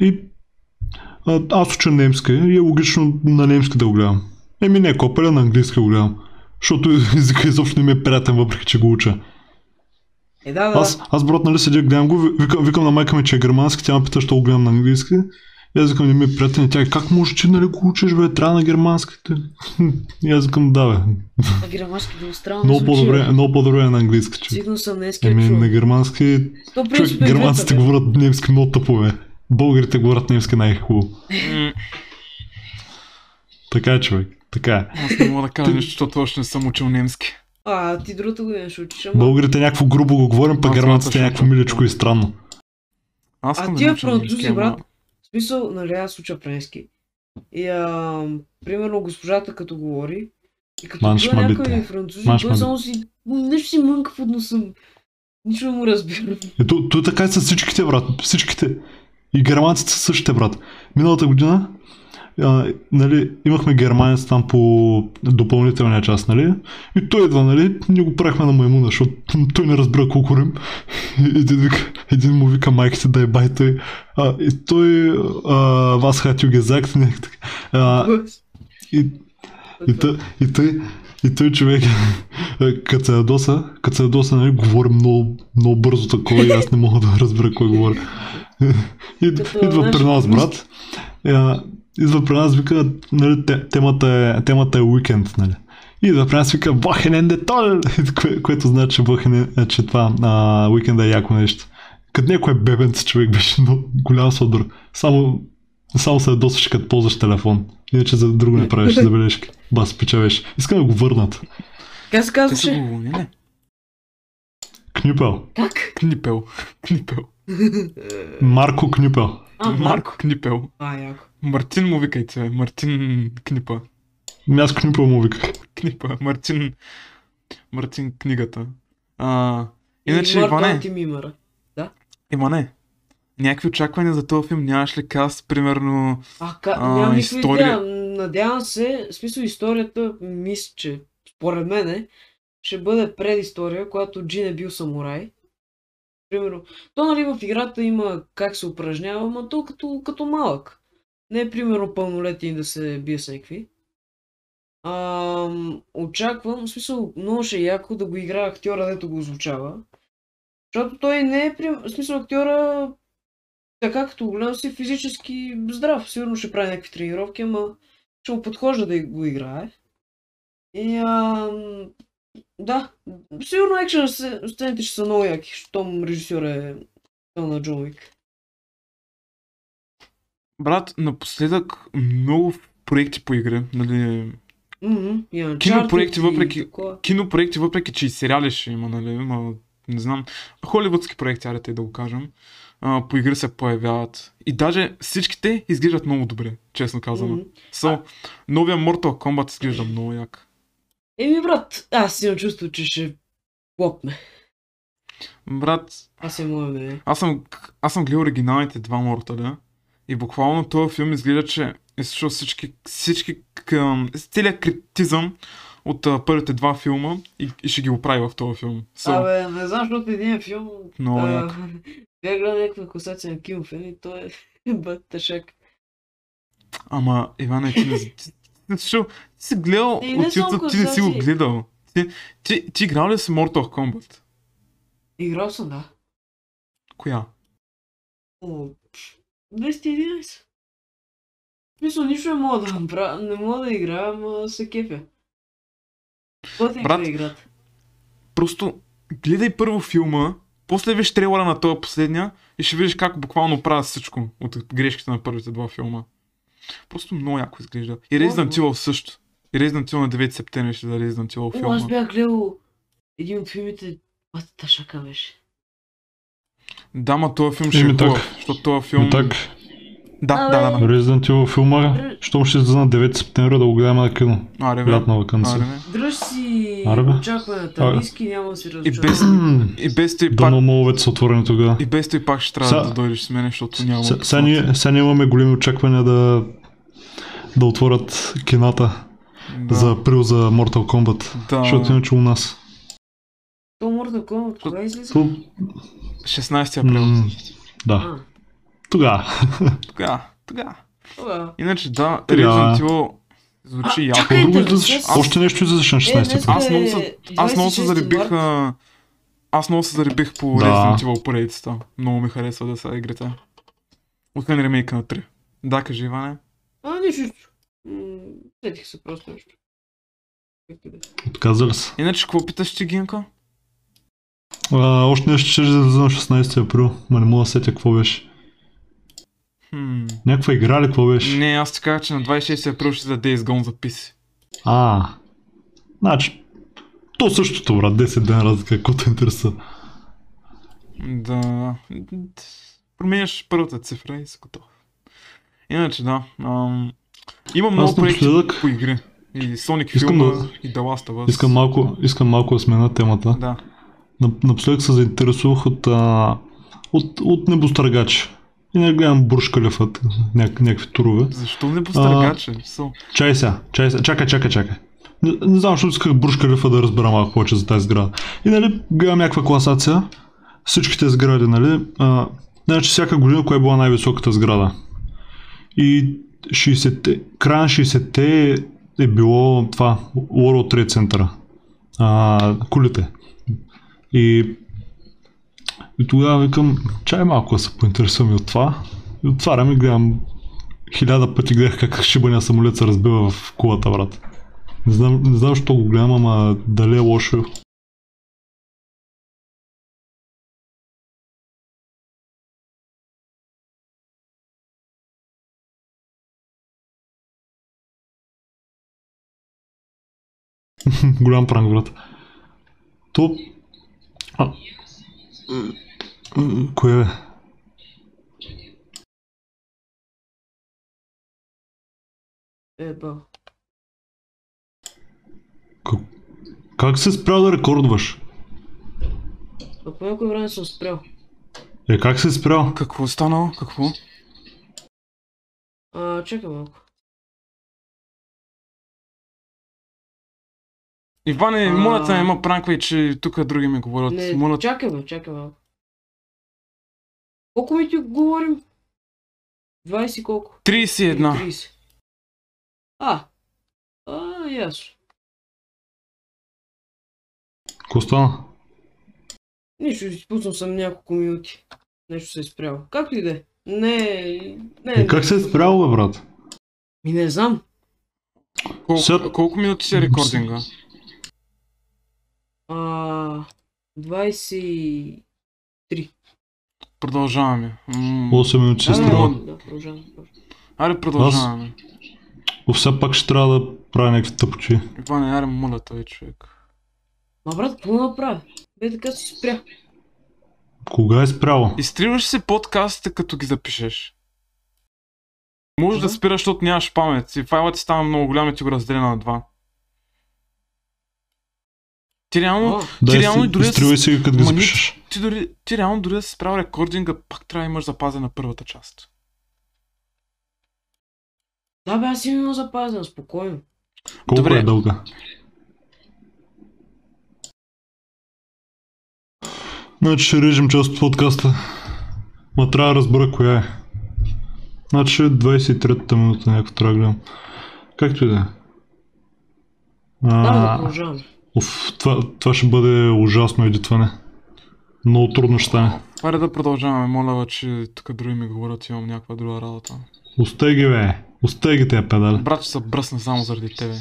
Speaker 1: И а, аз уча немски и е логично на немски да го гледам. Еми не, копеля на английски го гледам. Защото езика изобщо не ми е приятен, въпреки че го уча.
Speaker 2: Е, да, да.
Speaker 1: Аз, аз брат, нали седя, гледам го, ви- викам, викам на майка ми, че е германски, тя ме пита, що го гледам на английски. И аз викам, не ми е приятен. И тя, как може ти, нали, го учиш, бе, трябва на германски. И аз викам, да, бе.
Speaker 2: А германски демонстрално
Speaker 1: Много по-добре, много по-добре е на английски, че.
Speaker 2: Сигурно съм немски
Speaker 1: Еми,
Speaker 2: чул.
Speaker 1: на германски,
Speaker 2: То
Speaker 1: човек,
Speaker 2: принцип е
Speaker 1: германците
Speaker 2: двете, бе.
Speaker 1: говорят немски много тъпо, бе. Българите говорят немски най-хубаво.
Speaker 3: м,
Speaker 1: Така е, човек. Така е.
Speaker 3: Аз не мога да кажа нищо, защото още не съм учил немски.
Speaker 2: А, ти другата година ще учиш, ама...
Speaker 1: Българите някакво грубо го говорим, пък
Speaker 3: Аз
Speaker 1: германците
Speaker 3: мятам,
Speaker 1: някакво
Speaker 3: защото-
Speaker 1: миличко и странно.
Speaker 3: Аз
Speaker 2: А
Speaker 3: искам да
Speaker 2: тия
Speaker 3: науча немски,
Speaker 2: французи,
Speaker 3: ама-
Speaker 2: брат? В смисъл, нали, аз уча френски. И, а, примерно, госпожата като говори, и като
Speaker 1: Манш
Speaker 2: чуя
Speaker 1: мабите.
Speaker 2: някой французи,
Speaker 1: Манш
Speaker 2: той само си... Нещо си мънка под носа. му. Нищо не му разбирам.
Speaker 1: Е, то, то така е с всичките, брат. Всичките. И германците са същите, брат. Миналата година а, нали, имахме германец там по допълнителния част, нали? И той идва, нали? Ние го правихме на маймуна, защото той не разбира колко рим. И Един, вика- един му вика майките да е бай той. А, и той а, вас хатю гезакт, не така. А, и, и, тъ, и, тъй, и той човек, е, като се ядоса, като се ядоса, нали, говори много, много бързо такова и аз не мога да разбера кой говори. И,
Speaker 2: Като
Speaker 1: идва при
Speaker 2: нашия
Speaker 1: нас, брат. Е, Идва при нас, вика, нали, те- темата е, темата е уикенд, нали. И идва при нас, вика, Бахенен детоль, кое, което значи, че, Бахенен, е, че това а, уикенда е яко нещо. Като някой бебенце човек беше много голям содор. Само само се ядосваше като ползваш телефон. Иначе за друго не правиш забележки. Бас, печавеш. Искам да го върнат.
Speaker 2: Как се
Speaker 3: Те са
Speaker 2: казваше?
Speaker 3: го уволнили.
Speaker 1: Кнюпел.
Speaker 2: Как?
Speaker 3: Книпел. Книпел.
Speaker 1: Марко Кнюпел.
Speaker 2: А, Марко.
Speaker 3: Книпел.
Speaker 2: А, яко.
Speaker 3: Мартин му викайте. бе. Мартин Книпа.
Speaker 1: Ми Ами Аз Кнюпел му виках.
Speaker 3: Книпа. Мартин... Мартин книгата. А,
Speaker 2: И
Speaker 3: иначе,
Speaker 2: Марко
Speaker 3: Иване,
Speaker 2: Антимимъра.
Speaker 3: Иване, някакви очаквания за този филм нямаш ли каз, примерно...
Speaker 2: А, ка...
Speaker 3: А,
Speaker 2: нямам никаква
Speaker 3: история.
Speaker 2: идея. Надявам се, в смисъл историята, мисля, че според мене, ще бъде предистория, когато Джин е бил самурай. Примерно, то нали в играта има как се упражнява, но то като, като малък. Не е примерно пълнолетен да се бие с някакви. Ам, очаквам, в смисъл, много ще е яко да го играе актьора, дето го озвучава. Защото той не е, прим... в смисъл, актьора така като го гледам си физически здрав. Сигурно ще прави някакви тренировки, ама ще му подхожда да го играе. И ам... Да, сигурно екшен се- сцените ще са много яки, щом режисьор е Тел на Джон Уик.
Speaker 3: Брат, напоследък много проекти по игри, нали,
Speaker 2: Мгм, и Uncharted,
Speaker 3: Кинопроекти,
Speaker 2: и
Speaker 3: въпреки-
Speaker 2: такова.
Speaker 3: кинопроекти, въпреки че и сериали ще има, нали? Има, не знам, холивудски проекти, аре те да го кажем. А, по игри се появяват. И даже всичките изглеждат много добре, честно казано.
Speaker 2: Мгм.
Speaker 3: Mm-hmm. So, новия Mortal Kombat изглежда много як.
Speaker 2: Еми брат, аз имам чувство, че ще лопне.
Speaker 3: Брат,
Speaker 2: Аз е мое мнение.
Speaker 3: аз съм, аз съм гледал оригиналните два Морталя. И буквално този филм изглежда, че е слушал всички, всички към, целият критизъм от а, първите два филма и, и ще ги оправи в този филм. So,
Speaker 2: Абе, не знам, защото един филм...
Speaker 3: Много
Speaker 2: а,
Speaker 3: як.
Speaker 2: Бях гледал някаква класация на кинофилм и той е бъд тъшак.
Speaker 3: Ама, Иване, ти не... ти- ти- ти Шо, ти си гледал
Speaker 2: Е, не само
Speaker 3: отицата, ти не си го
Speaker 2: класации.
Speaker 3: гледал. Ти, ти, ти играл ли си Mortal Kombat?
Speaker 2: Играл съм, да.
Speaker 3: Коя?
Speaker 2: О, пш, 211. Мисля, нищо не мога да направя, не мога да играя, ама се кефя. Пътенка
Speaker 3: Брат.
Speaker 2: е играта.
Speaker 3: Просто гледай първо филма, после виж трейлера на този последния и ще видиш как буквално правят всичко от грешките на първите два филма. Просто много яко изглежда. И Resident
Speaker 2: Може.
Speaker 3: Evil също. И Resident Evil на 9 септември ще даде Resident Evil
Speaker 2: О, аз
Speaker 3: филма.
Speaker 2: бях гледал един от филмите, Пътата шака беше.
Speaker 3: Да, ма този филм ще
Speaker 1: Еми
Speaker 3: е
Speaker 1: так.
Speaker 3: хубав, защото този
Speaker 1: И
Speaker 3: филм...
Speaker 1: Ами так,
Speaker 3: Да, да, да, да.
Speaker 1: Resident Evil филма, щом ще излезе на 9 септември да го гледаме на кино.
Speaker 3: Аре, бе.
Speaker 1: Лятна
Speaker 3: Аре,
Speaker 1: вакансия.
Speaker 3: бе.
Speaker 2: Дръж си
Speaker 1: Аре, бе.
Speaker 2: очакванията,
Speaker 1: Аре.
Speaker 2: ниски няма да си
Speaker 3: е. И без,
Speaker 2: разочарован.
Speaker 3: и без те пак
Speaker 1: Дано много вече са отворени тогава.
Speaker 3: И без той пак ще трябва
Speaker 1: Са-
Speaker 3: да дойдеш с мен, защото няма.
Speaker 1: Се-
Speaker 3: да
Speaker 1: Сега ние, сега ние имаме големи очаквания да, да отворят кината
Speaker 3: да,
Speaker 1: за април за Mortal Kombat.
Speaker 3: да,
Speaker 1: Защото иначе у нас.
Speaker 2: То Mortal Kombat, кога излиза?
Speaker 1: То,
Speaker 3: 16 април.
Speaker 1: м- да,
Speaker 2: А,
Speaker 1: тогава.
Speaker 3: Тога, тога.
Speaker 2: тогава.
Speaker 3: Иначе да,
Speaker 1: Тога.
Speaker 3: Resident Evil звучи
Speaker 2: А,
Speaker 3: яко.
Speaker 2: чакай!
Speaker 1: Друго
Speaker 2: Ето,
Speaker 1: излизаш,
Speaker 2: аз-
Speaker 1: още нещо излизаш на
Speaker 2: Е,
Speaker 1: 16 април.
Speaker 3: Аз много се- Аз много се заребих.
Speaker 2: а...
Speaker 3: а, Аз много се заребих по
Speaker 1: Да.
Speaker 3: Resident Evil поредицата. Много ми харесва да са игрите. Освен ремейка на 3. Да, кажи, Иване.
Speaker 2: А, нищо. М, Сетих се просто нещо. Както и да е.
Speaker 1: Отказали се.
Speaker 3: Иначе, какво питаш ти, Гинка?
Speaker 1: А, още нещо ще излезе на 16 април. Ма не мога да сетя какво беше.
Speaker 3: Хм.
Speaker 1: Някаква игра ли какво беше?
Speaker 3: Не, аз ти казах, че на 26 април ще за Days Gone за PC.
Speaker 1: А, значи, то същото, брат, 10 ден разлика, какво те интересува.
Speaker 3: Да. Променяш първата цифра и си готов. Иначе да. Ам... Има много проекти
Speaker 1: напоследък-
Speaker 3: по игри. И Sonic
Speaker 1: Искам
Speaker 3: филма,
Speaker 1: да-
Speaker 3: и The Last of Us.
Speaker 1: Искам малко, искам малко да смена темата.
Speaker 3: Да.
Speaker 1: Нап- Напоследък се заинтересувах от, а, от, от небостъргач. И не гледам буршкалефът, няк- някакви турове.
Speaker 3: Защо не постъргаче? Со.
Speaker 1: Чай сега, чай сега, чакай, чакай, чакай. Не, не знам, защото исках Буршкалифа да разбера малко повече за тази сграда. И нали, гледам някаква класация, всичките сгради, нали, а, значи всяка година коя е била най-високата сграда. И 60-те, края на 60-те е било това, World Trade Center, а, кулите. И, и тогава викам, чай малко да се поинтересувам и от това. И отварям и гледам хиляда пъти гледах как шибания самолет се разбива в кулата, брат. Не знам, не знам, що го гледам, ама дали е лошо. Голям пранк, брат. То... А... м, м, Кое е?
Speaker 2: Е, ба.
Speaker 1: Как се спря да рекордваш?
Speaker 2: А по някое време съм спрял.
Speaker 1: Е, как се спря?
Speaker 3: Какво стана? Какво?
Speaker 2: А, чакай малко.
Speaker 3: Иване,
Speaker 2: А.
Speaker 3: моля те, има пранквай, че тук други ми говорят.
Speaker 2: Не,
Speaker 3: Моля те.
Speaker 2: чакай бе, чакай малко. Колко ми ти говорим? 20 и колко?
Speaker 3: 31.
Speaker 2: 30. А, а, ясно.
Speaker 1: Какво стана?
Speaker 2: Нищо, изпуснал съм няколко минути. Нещо се е спряло. Както и да е. Не, не.
Speaker 1: Е, как се е спрял, бе, брат?
Speaker 2: Ми не знам.
Speaker 1: Сега-
Speaker 3: Колко, колко минути си е рекординга?
Speaker 2: А, 20... и-
Speaker 3: Продължаваме. М,
Speaker 1: 8 минути се е
Speaker 2: Да,
Speaker 1: спрял.
Speaker 2: да, да, продължавам.
Speaker 3: Аре, продължаваме.
Speaker 1: Но все пак ще трябва да правя някакви тъпочи.
Speaker 3: Иване, аре, моля те, човек.
Speaker 2: Ма брат, какво направя? Бе така се спря.
Speaker 1: Кога е спрял?
Speaker 3: Изтриваш се подкастите, като ги запишеш. Може да
Speaker 2: Мгм.
Speaker 3: спираш, защото нямаш памет. И файлът ти става много голям и ти го разделя на два. Ти реално,
Speaker 2: О,
Speaker 3: ти
Speaker 1: Да,
Speaker 3: реално и дори да
Speaker 1: изтривай
Speaker 3: си-
Speaker 1: си ги, като ги
Speaker 3: Ма не-
Speaker 1: запишеш.
Speaker 3: ти, дори, ти реално дори да си правил рекординга, пак трябва да имаш запазена първата част.
Speaker 2: да бе, аз имам запазен, спокойно.
Speaker 1: Колко
Speaker 3: Добре.
Speaker 1: е дълга? Значи ще режем част от подкаста. Ма трябва да разбера коя е. Значи 23-та минута някакво трябва да гледам. Както и да е.
Speaker 2: Да, бе, да
Speaker 1: А,
Speaker 2: продължавам.
Speaker 1: Оф, това, това ще бъде ужасно едитване. Много трудно ще стане.
Speaker 3: Аре да продължаваме, моля, бе, че тук други ми говорят, имам някаква друга работа.
Speaker 1: Остай ги, бе. Остай ги тези педали.
Speaker 3: Брат, ще се бръсна само заради тебе.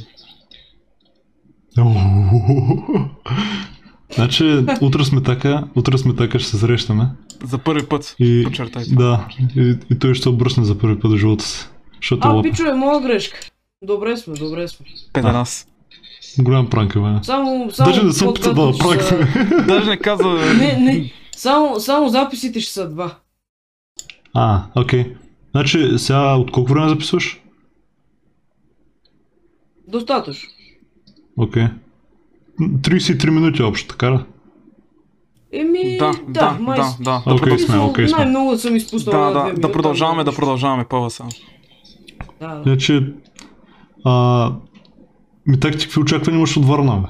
Speaker 1: значи, утре сме така, утре сме така, ще се срещаме.
Speaker 3: За първи път,
Speaker 1: И,
Speaker 3: подчертай това.
Speaker 1: да, и, и той ще се обръсне за първи път в живота си. Защото е
Speaker 2: А,
Speaker 1: лапа.
Speaker 2: пичове, моя грешка. Добре сме, добре сме.
Speaker 3: Педарас.
Speaker 1: Голям пранк е, бе.
Speaker 2: Само, само...
Speaker 1: Даже не съм питал е да
Speaker 2: подкастите ще
Speaker 1: направих.
Speaker 2: са-
Speaker 3: Даже не каза...
Speaker 2: Не, не. Само, само записите ще са два.
Speaker 1: А, окей. Значи, сега от колко време записваш?
Speaker 2: Достатъчно.
Speaker 1: Окей. 33 минути общо, така ли?
Speaker 2: Еми,
Speaker 3: Да, да,
Speaker 2: май
Speaker 3: да, да.
Speaker 1: Окей,
Speaker 3: да
Speaker 1: сме, окей сме.
Speaker 2: Най-много съм изпуснал.
Speaker 3: Да,
Speaker 2: една-две
Speaker 3: да, да
Speaker 2: минути,
Speaker 3: продължаваме,
Speaker 2: ама
Speaker 3: да
Speaker 2: нищо.
Speaker 3: продължаваме, пъва са.
Speaker 2: Да, да.
Speaker 1: Значи, а, ми так ти какви очаквания имаш от Варна, бе?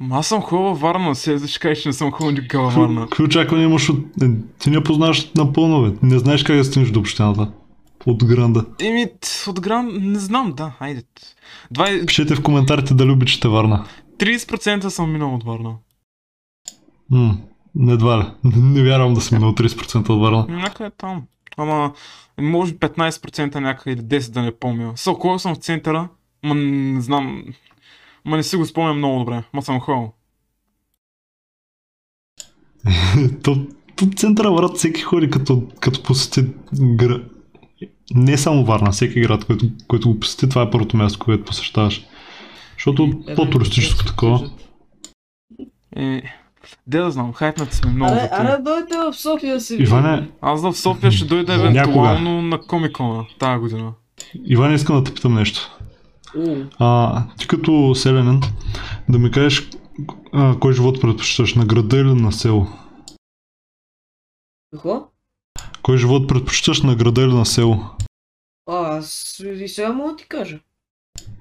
Speaker 3: Ма Аз съм хубава Варна, се ще кажеш, че не съм хубава никаква
Speaker 1: Какви-
Speaker 3: Варна.
Speaker 1: Какви очаквания имаш от... Е, Ти не познаваш напълно, бе. Не знаеш как да стигнеш до общината. От гранда.
Speaker 3: Еми, т- от гран... не знам, да, хайде. Двай-
Speaker 1: Пишете в коментарите дали обичате Варна.
Speaker 3: 30% съм минал от Варна.
Speaker 1: М, не едва ли. Не вярвам да съм минал 30% от Варна.
Speaker 3: Някъде там. Ама, може би 15% някъде или 10% да не помня. Са, около съм в центъра, ма не знам. Ма не си го спомням много добре, ма съм хубава.
Speaker 1: То, то центъра, брат, всеки ходи като, като посети гра... Не само Варна, всеки град, който, който го посети, това е първото място, което посещаваш. Защото
Speaker 2: Една
Speaker 1: Е, по-туристическо
Speaker 2: минута,
Speaker 1: такова.
Speaker 3: Е, де да знам, хайпнати сме много
Speaker 2: Аре,
Speaker 3: за това.
Speaker 2: аре, дойте в София да се
Speaker 1: Иване,
Speaker 3: Аз в София ще дойда
Speaker 1: Някога.
Speaker 3: евентуално на Комикона тази година.
Speaker 1: Иване, искам да те питам нещо.
Speaker 2: видим. О,
Speaker 1: А, ти като селянин, да ми кажеш А, кой живот предпочиташ, на града или на село?
Speaker 2: Какво?
Speaker 1: Кой живот предпочиташ, на града или на село?
Speaker 2: А, аз и сега мога да ти кажа.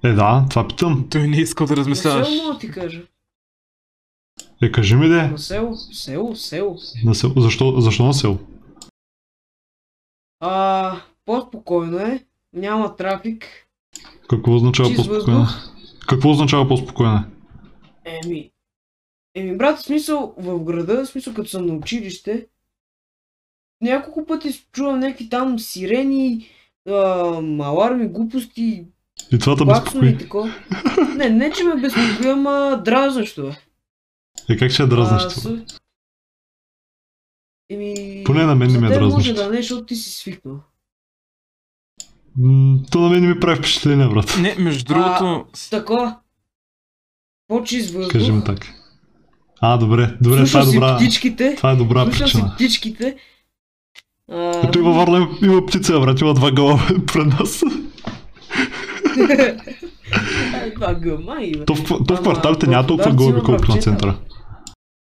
Speaker 1: Е, да, това питам.
Speaker 3: Той не е искал да
Speaker 2: На
Speaker 3: размисляваш.
Speaker 2: село мога да ти кажа.
Speaker 1: Е, кажи ми де,
Speaker 2: На село, село, село.
Speaker 1: на село. Защо, защо на село?
Speaker 2: А, по-спокойно е. Няма трафик.
Speaker 1: Какво означава
Speaker 2: Чист
Speaker 1: по-спокойно?
Speaker 2: въздух.
Speaker 1: Какво означава по-спокойно?
Speaker 2: Еми. Еми, брат, в смисъл в града, в смисъл като съм на училище, няколко пъти чувам някакви там сирени, ам, аларми, глупости,
Speaker 1: И това те
Speaker 2: клаксони и
Speaker 1: безпокои.
Speaker 2: такова. Не, не че ме безпокои, ама дразнещо е.
Speaker 1: Е, как ще е
Speaker 2: А,
Speaker 1: дразнещо?
Speaker 2: су- Еми...
Speaker 1: Поне на мен не
Speaker 2: за
Speaker 1: ме е
Speaker 2: теб може
Speaker 1: дразнещо.
Speaker 2: да не, защото ти си свикнал.
Speaker 1: М, То на мен не ми прави впечатление, брат.
Speaker 3: Не, между другото,
Speaker 2: С такова. По-чист въздух.
Speaker 1: Кажи ми так. А, добре, добре, това
Speaker 2: Слушал
Speaker 1: е
Speaker 2: си
Speaker 1: добра,
Speaker 2: птичките.
Speaker 1: това е добра
Speaker 2: Слушал си
Speaker 1: причина.
Speaker 2: птичките. А,
Speaker 1: Ето има върна, има птица, брат, има два гълба пред нас.
Speaker 2: Е, Това гъма и бе.
Speaker 1: То в, то в
Speaker 2: Ама, е
Speaker 1: кварталите
Speaker 2: в
Speaker 1: е няма толкова
Speaker 2: Бургас
Speaker 1: гълби,
Speaker 2: има
Speaker 1: колкото на
Speaker 2: бабчета.
Speaker 1: центъра.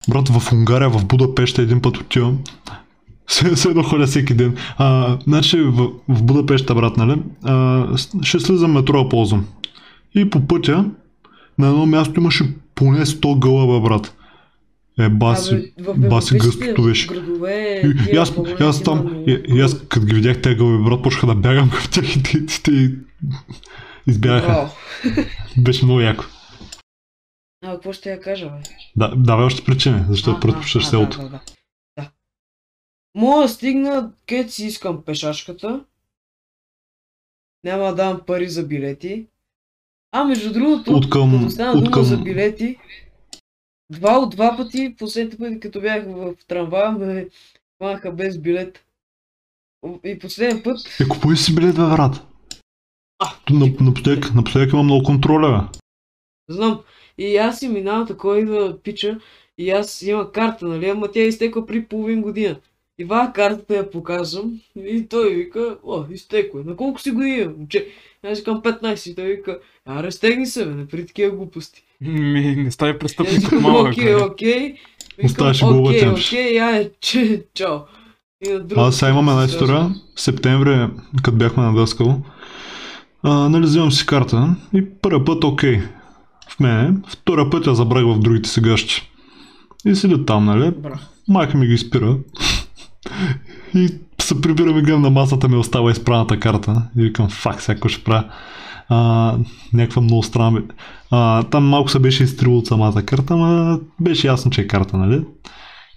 Speaker 1: Брат, в Унгария, в Будапеща един път отивам. Все все едно ходя всеки ден. А, значи в, в Будапеща, брат, нали? А, с- ще слизам метро да ползвам. И по пътя на едно място имаше поне 100 гълъба, брат. Е, баси.
Speaker 2: Абе, в
Speaker 1: баси
Speaker 2: европейските
Speaker 1: гъстото беше.
Speaker 2: Градове,
Speaker 1: И, и
Speaker 2: тия
Speaker 1: аз,
Speaker 2: по-големи
Speaker 1: и аз
Speaker 2: има
Speaker 1: там,
Speaker 2: много.
Speaker 1: и, и аз като ги видях тези гълби, брат, почнаха да бягам към тях и те, те, те избягаха.
Speaker 2: Браво.
Speaker 1: Беше много яко.
Speaker 2: А, какво ще я кажа, бе?
Speaker 1: Да, давай още причини,
Speaker 2: А,
Speaker 1: защо
Speaker 2: а,
Speaker 1: предпочиташ
Speaker 2: а,
Speaker 1: селото.
Speaker 2: Да, да, да. да. Мога да стигна, където си искам пешашката. Няма да дам пари за билети. А, между другото,
Speaker 1: От към-
Speaker 2: като стана
Speaker 1: от
Speaker 2: дума
Speaker 1: към-
Speaker 2: за билети, два от два пъти, последните пъти, като бях в трамвая, ме хванаха без билет. И последен път
Speaker 1: Е, купуй си билет, бе, брат.
Speaker 2: А,
Speaker 1: Ту- на- Напоследък, напоследък има много контроля, бе.
Speaker 2: Знам. И аз си минавам такова идва пича и аз имам карта, нали? Ама тя е изтекла при половин година. И ва картата я показвам и той вика, о, изтекла. е. На колко си години, бе, момче? Аз викам 15 и той вика, аре стегни се, бе, не при такива глупости.
Speaker 3: ми, не става
Speaker 2: И аз
Speaker 3: престъпник
Speaker 2: викам,
Speaker 3: малък. нали?
Speaker 2: окей,
Speaker 3: бе.
Speaker 2: окей.
Speaker 1: нали? Оставаш и
Speaker 2: окей,
Speaker 1: глава
Speaker 2: окей,
Speaker 1: тямаш.
Speaker 2: окей, я е, че, чао. И на друг...
Speaker 1: Аз сега имам една история. В септември, като бяхме на Даскал, а, нали, взимам си карта и първия път окей. В мене, втория път я забрах в другите сегащи. И седя там, нали,
Speaker 2: Бра.
Speaker 1: майка ми ги спира. И се прибирам и гледам на масата ми остава изправната карта. И викам, фак, сега какво ще правя. А, някаква много странна. бе- А, там малко се беше изтрило от самата карта, но беше ясно, че е карта, нали?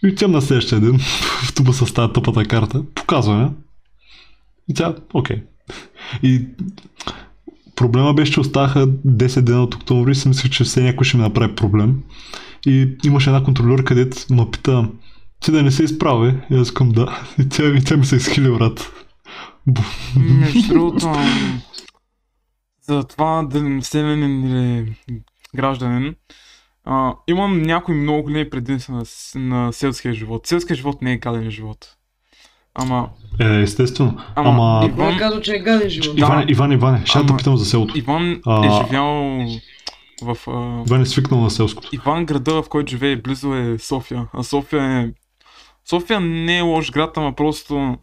Speaker 1: И отивам на следващия ден в автобуса с тази тъпата карта. Показвам я. И тя, окей. И проблема беше, че оставаха 10 дена от октомври и си мислих, че все някой ще ми направи проблем. И имаше една контролер, където ме пита, ти да не се изправи. И аз към да. И тя, и тя ми се изхили, брат. Бу-
Speaker 3: Между другото, ам, за това да не селянин или гражданин, а, имам някои много големи предимства на, с- на селския живот. Селския живот не е гаден живот. Ама,
Speaker 1: Е, естествено.
Speaker 3: Ама,
Speaker 1: Ама...
Speaker 3: и-
Speaker 2: Кой
Speaker 3: Иван-
Speaker 2: е казал, че е гаден живот?
Speaker 3: Да.
Speaker 1: Иване, Иване, Иване, ще те
Speaker 3: Ама-
Speaker 1: питам за селото.
Speaker 3: Иван
Speaker 1: А.
Speaker 3: е живял в... А,
Speaker 1: Иван е свикнал на селското.
Speaker 3: Иван града, в който живее близо е София. А София е... София не е лош град, ама просто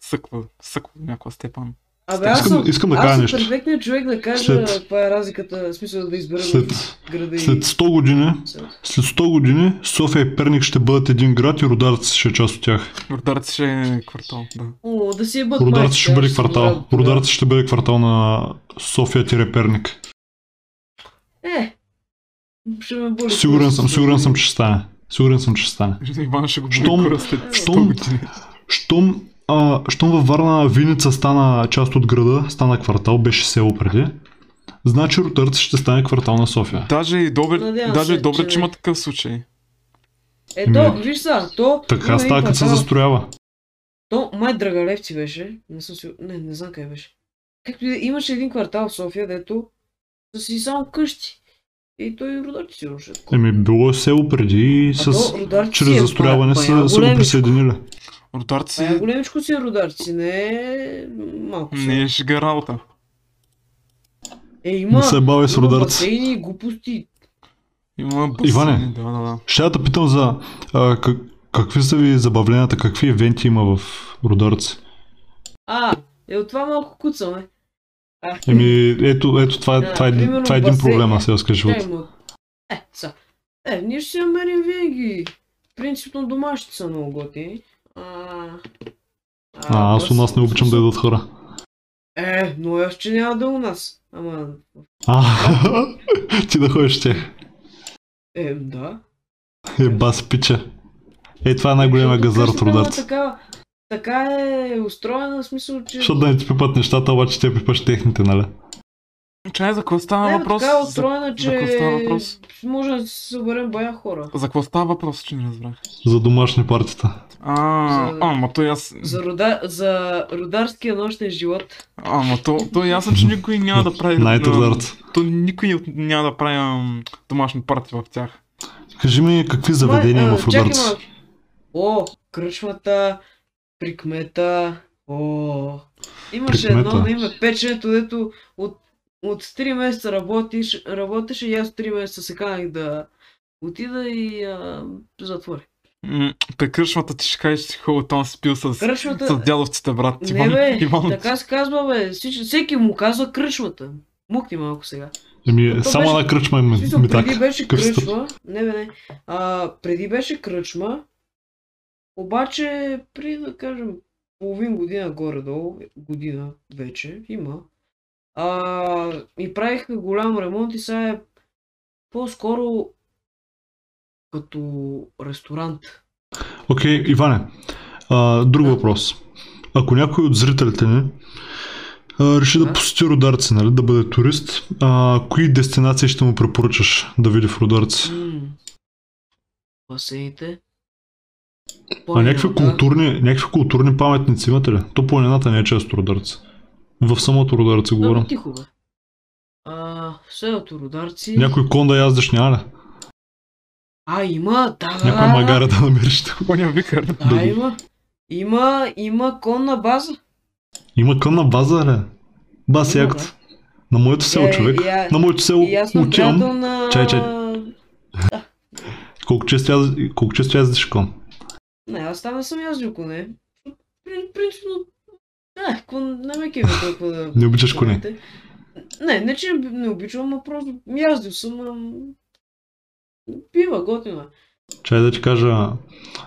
Speaker 3: съква, съква до някаква степен.
Speaker 2: Абе, аз
Speaker 1: Искам-
Speaker 2: съм,
Speaker 1: искам да
Speaker 2: аз
Speaker 1: кажа
Speaker 2: съм
Speaker 1: нещо.
Speaker 2: перфектният човек да кажа
Speaker 1: След-
Speaker 2: каква е разликата, в смисъл да избера
Speaker 1: След,
Speaker 2: града и...
Speaker 1: след 100 години, след 100 години София и Перник ще бъдат един град и Рударци ще е част от тях.
Speaker 3: Рударци ще е квартал, да.
Speaker 2: О, да си е бъд
Speaker 1: Рударци ще бъде квартал. Рударци ще бъде квартал на София-Перник.
Speaker 2: Е, ще ме боли.
Speaker 1: Сигурен
Speaker 2: просто
Speaker 1: съм,
Speaker 2: за
Speaker 1: сигурен
Speaker 2: мен.
Speaker 1: съм, че ще стане. Сигурен съм, че ще стане.
Speaker 3: Иван ще го
Speaker 1: Щом-
Speaker 3: боли кора след
Speaker 1: щом-
Speaker 3: 100 години.
Speaker 1: Щом, а, щом във Варна Виница стана част от града, стана квартал, беше село преди, значи Рутърци ще стане квартал на София.
Speaker 3: Даже и добре,
Speaker 2: Надявам
Speaker 3: даже
Speaker 2: се,
Speaker 3: и добре,
Speaker 2: че
Speaker 3: че
Speaker 2: не.
Speaker 3: има такъв случай.
Speaker 2: Ето,
Speaker 1: Ми-
Speaker 2: виж са, то... има
Speaker 1: Така
Speaker 2: един
Speaker 1: става, като се
Speaker 2: Нали, квартал-
Speaker 1: застроява.
Speaker 2: То май Драгалевци беше. Не съм сигурен. Не, не знам къде беше. Както и да е, имаше един квартал в София, дето са си само къщи. И той Рударци сигурно ще е такова.
Speaker 1: Еми, било е село преди и
Speaker 2: А
Speaker 1: с...
Speaker 2: то Рударци си
Speaker 1: чрез
Speaker 2: е
Speaker 1: застрояване
Speaker 2: бая-
Speaker 1: са,
Speaker 2: бая
Speaker 1: са го
Speaker 2: големичко.
Speaker 1: присъединили.
Speaker 3: Рударци
Speaker 2: Бая големичко си е Рударци, не е малко. си.
Speaker 3: не е шега работа.
Speaker 2: Е, има...
Speaker 1: Не се бави с
Speaker 2: Е, Има
Speaker 1: Рударци.
Speaker 2: басейни, глупости.
Speaker 3: Има басейни,
Speaker 1: Иване.
Speaker 3: Да, да, да.
Speaker 1: Ще я да питам за а, как, какви са ви забавленията, какви евенти има в Рударци.
Speaker 2: А, е от това малко куцаме. А,
Speaker 1: Еми, ето, ето това, е,
Speaker 2: Да,
Speaker 1: това, е, един-
Speaker 2: примерно
Speaker 1: това е един
Speaker 2: басейн.
Speaker 1: проблем на селския живот.
Speaker 2: чай му. Е, са. Е, ние ще си намерим винаги. Принципно домашните са много готини. А, а,
Speaker 1: А, аз
Speaker 2: бас-
Speaker 1: у нас не обичам да идват хора.
Speaker 2: Е, но аз че няма да у нас. Ама,
Speaker 1: А, ти да ходиш с тях.
Speaker 2: е, да.
Speaker 1: Е, бас пича. Е, това е най-големия
Speaker 2: Защото
Speaker 1: газар от
Speaker 2: къщата, ама,
Speaker 1: Рударци.
Speaker 2: Така, така е устроена, в смисъл, че...
Speaker 1: Защото да не ти пипат нещата, обаче те пипаш техните, нали?
Speaker 3: Чай, за какво става
Speaker 2: Не, бе,
Speaker 3: въпрос?
Speaker 2: така е
Speaker 3: За,
Speaker 2: устроена,
Speaker 3: за какво
Speaker 2: че
Speaker 3: става въпрос?
Speaker 2: може да се съберем бая хора.
Speaker 3: за какво става въпрос, че не разбрах?
Speaker 1: За домашни партита.
Speaker 3: А,
Speaker 2: За-
Speaker 3: а, ма то аз...
Speaker 2: За, рода... за рударския нощен живот.
Speaker 3: А, ма то, то е ясно, че никой няма да прави...
Speaker 1: Night
Speaker 3: ам,
Speaker 1: Rudarts.
Speaker 3: То никой от- няма да прави ам, домашни парти в тях.
Speaker 1: Кажи ми какви заведения
Speaker 2: Това е,
Speaker 1: има
Speaker 2: а,
Speaker 1: в
Speaker 2: чакай
Speaker 1: Рударци.
Speaker 2: малко. О, кръчмата, при кмета, о. Имаше
Speaker 1: При кмета.
Speaker 2: едно на име печенето, дето от, от 3 месеца работиш, работеше и аз от 3 месеца се канах да отида и а, затворя.
Speaker 3: М, При кръшмата ти ще кажеш, че си хубаво там си пил с,
Speaker 2: Кръчмата...
Speaker 3: с дядовците, брат.
Speaker 2: Не бе,
Speaker 3: Иван,
Speaker 2: така се казва бе, Всич- всеки му казва кръчмата. Мукни малко сега.
Speaker 1: Еми,
Speaker 2: То
Speaker 1: само
Speaker 2: беше-
Speaker 1: една кръчма има
Speaker 2: В смисъл,
Speaker 1: ми
Speaker 2: преди
Speaker 1: така.
Speaker 2: беше
Speaker 1: къщата.
Speaker 2: кръчма. Не, не, не. А, преди беше кръчма. Обаче, при да кажем половин година горе-долу, година вече, има. А, и правиха голям ремонт и сега е по-скоро като ресторант.
Speaker 1: Окей, Иване, а, друг
Speaker 2: Да.
Speaker 1: въпрос. Ако някой от зрителите ни а, реши да
Speaker 2: Да.
Speaker 1: посети Рударци, нали, да бъде турист, а, кои дестинации ще му препоръчаш да види в Рударци?
Speaker 2: М. Басейните.
Speaker 1: А някакви
Speaker 2: планината.
Speaker 1: културни, някакви културни паметници имате ли? То планината не е често Рударци. В самото Рударци говоря.
Speaker 2: Много тихо бе. А, в селото Рударци.
Speaker 1: Някой кон да яздиш няма ли?
Speaker 2: А, има, да, да,
Speaker 1: Някой
Speaker 2: да,
Speaker 1: магара да намериш.
Speaker 3: Коня викар.
Speaker 2: Да,
Speaker 1: да.
Speaker 2: има. Има, има конна база.
Speaker 1: Има кънна база, ле. Бас
Speaker 2: Има,
Speaker 1: якт. На моето село,
Speaker 2: Е,
Speaker 1: човек.
Speaker 2: и а-
Speaker 1: На моето село
Speaker 2: И аз съм приятел
Speaker 1: отивам.
Speaker 2: на...
Speaker 1: Чай, чай. Колко често яз- колко често яздиш кон?
Speaker 2: Не, аз там не съм яздил коне. При- Принципно... Не, кон- не ме кива толкова да...
Speaker 1: Не обичаш коне.
Speaker 2: Не, не че не не обичам, а просто яздил съм. ам, Бива, готино. е.
Speaker 1: Чай да ти кажа,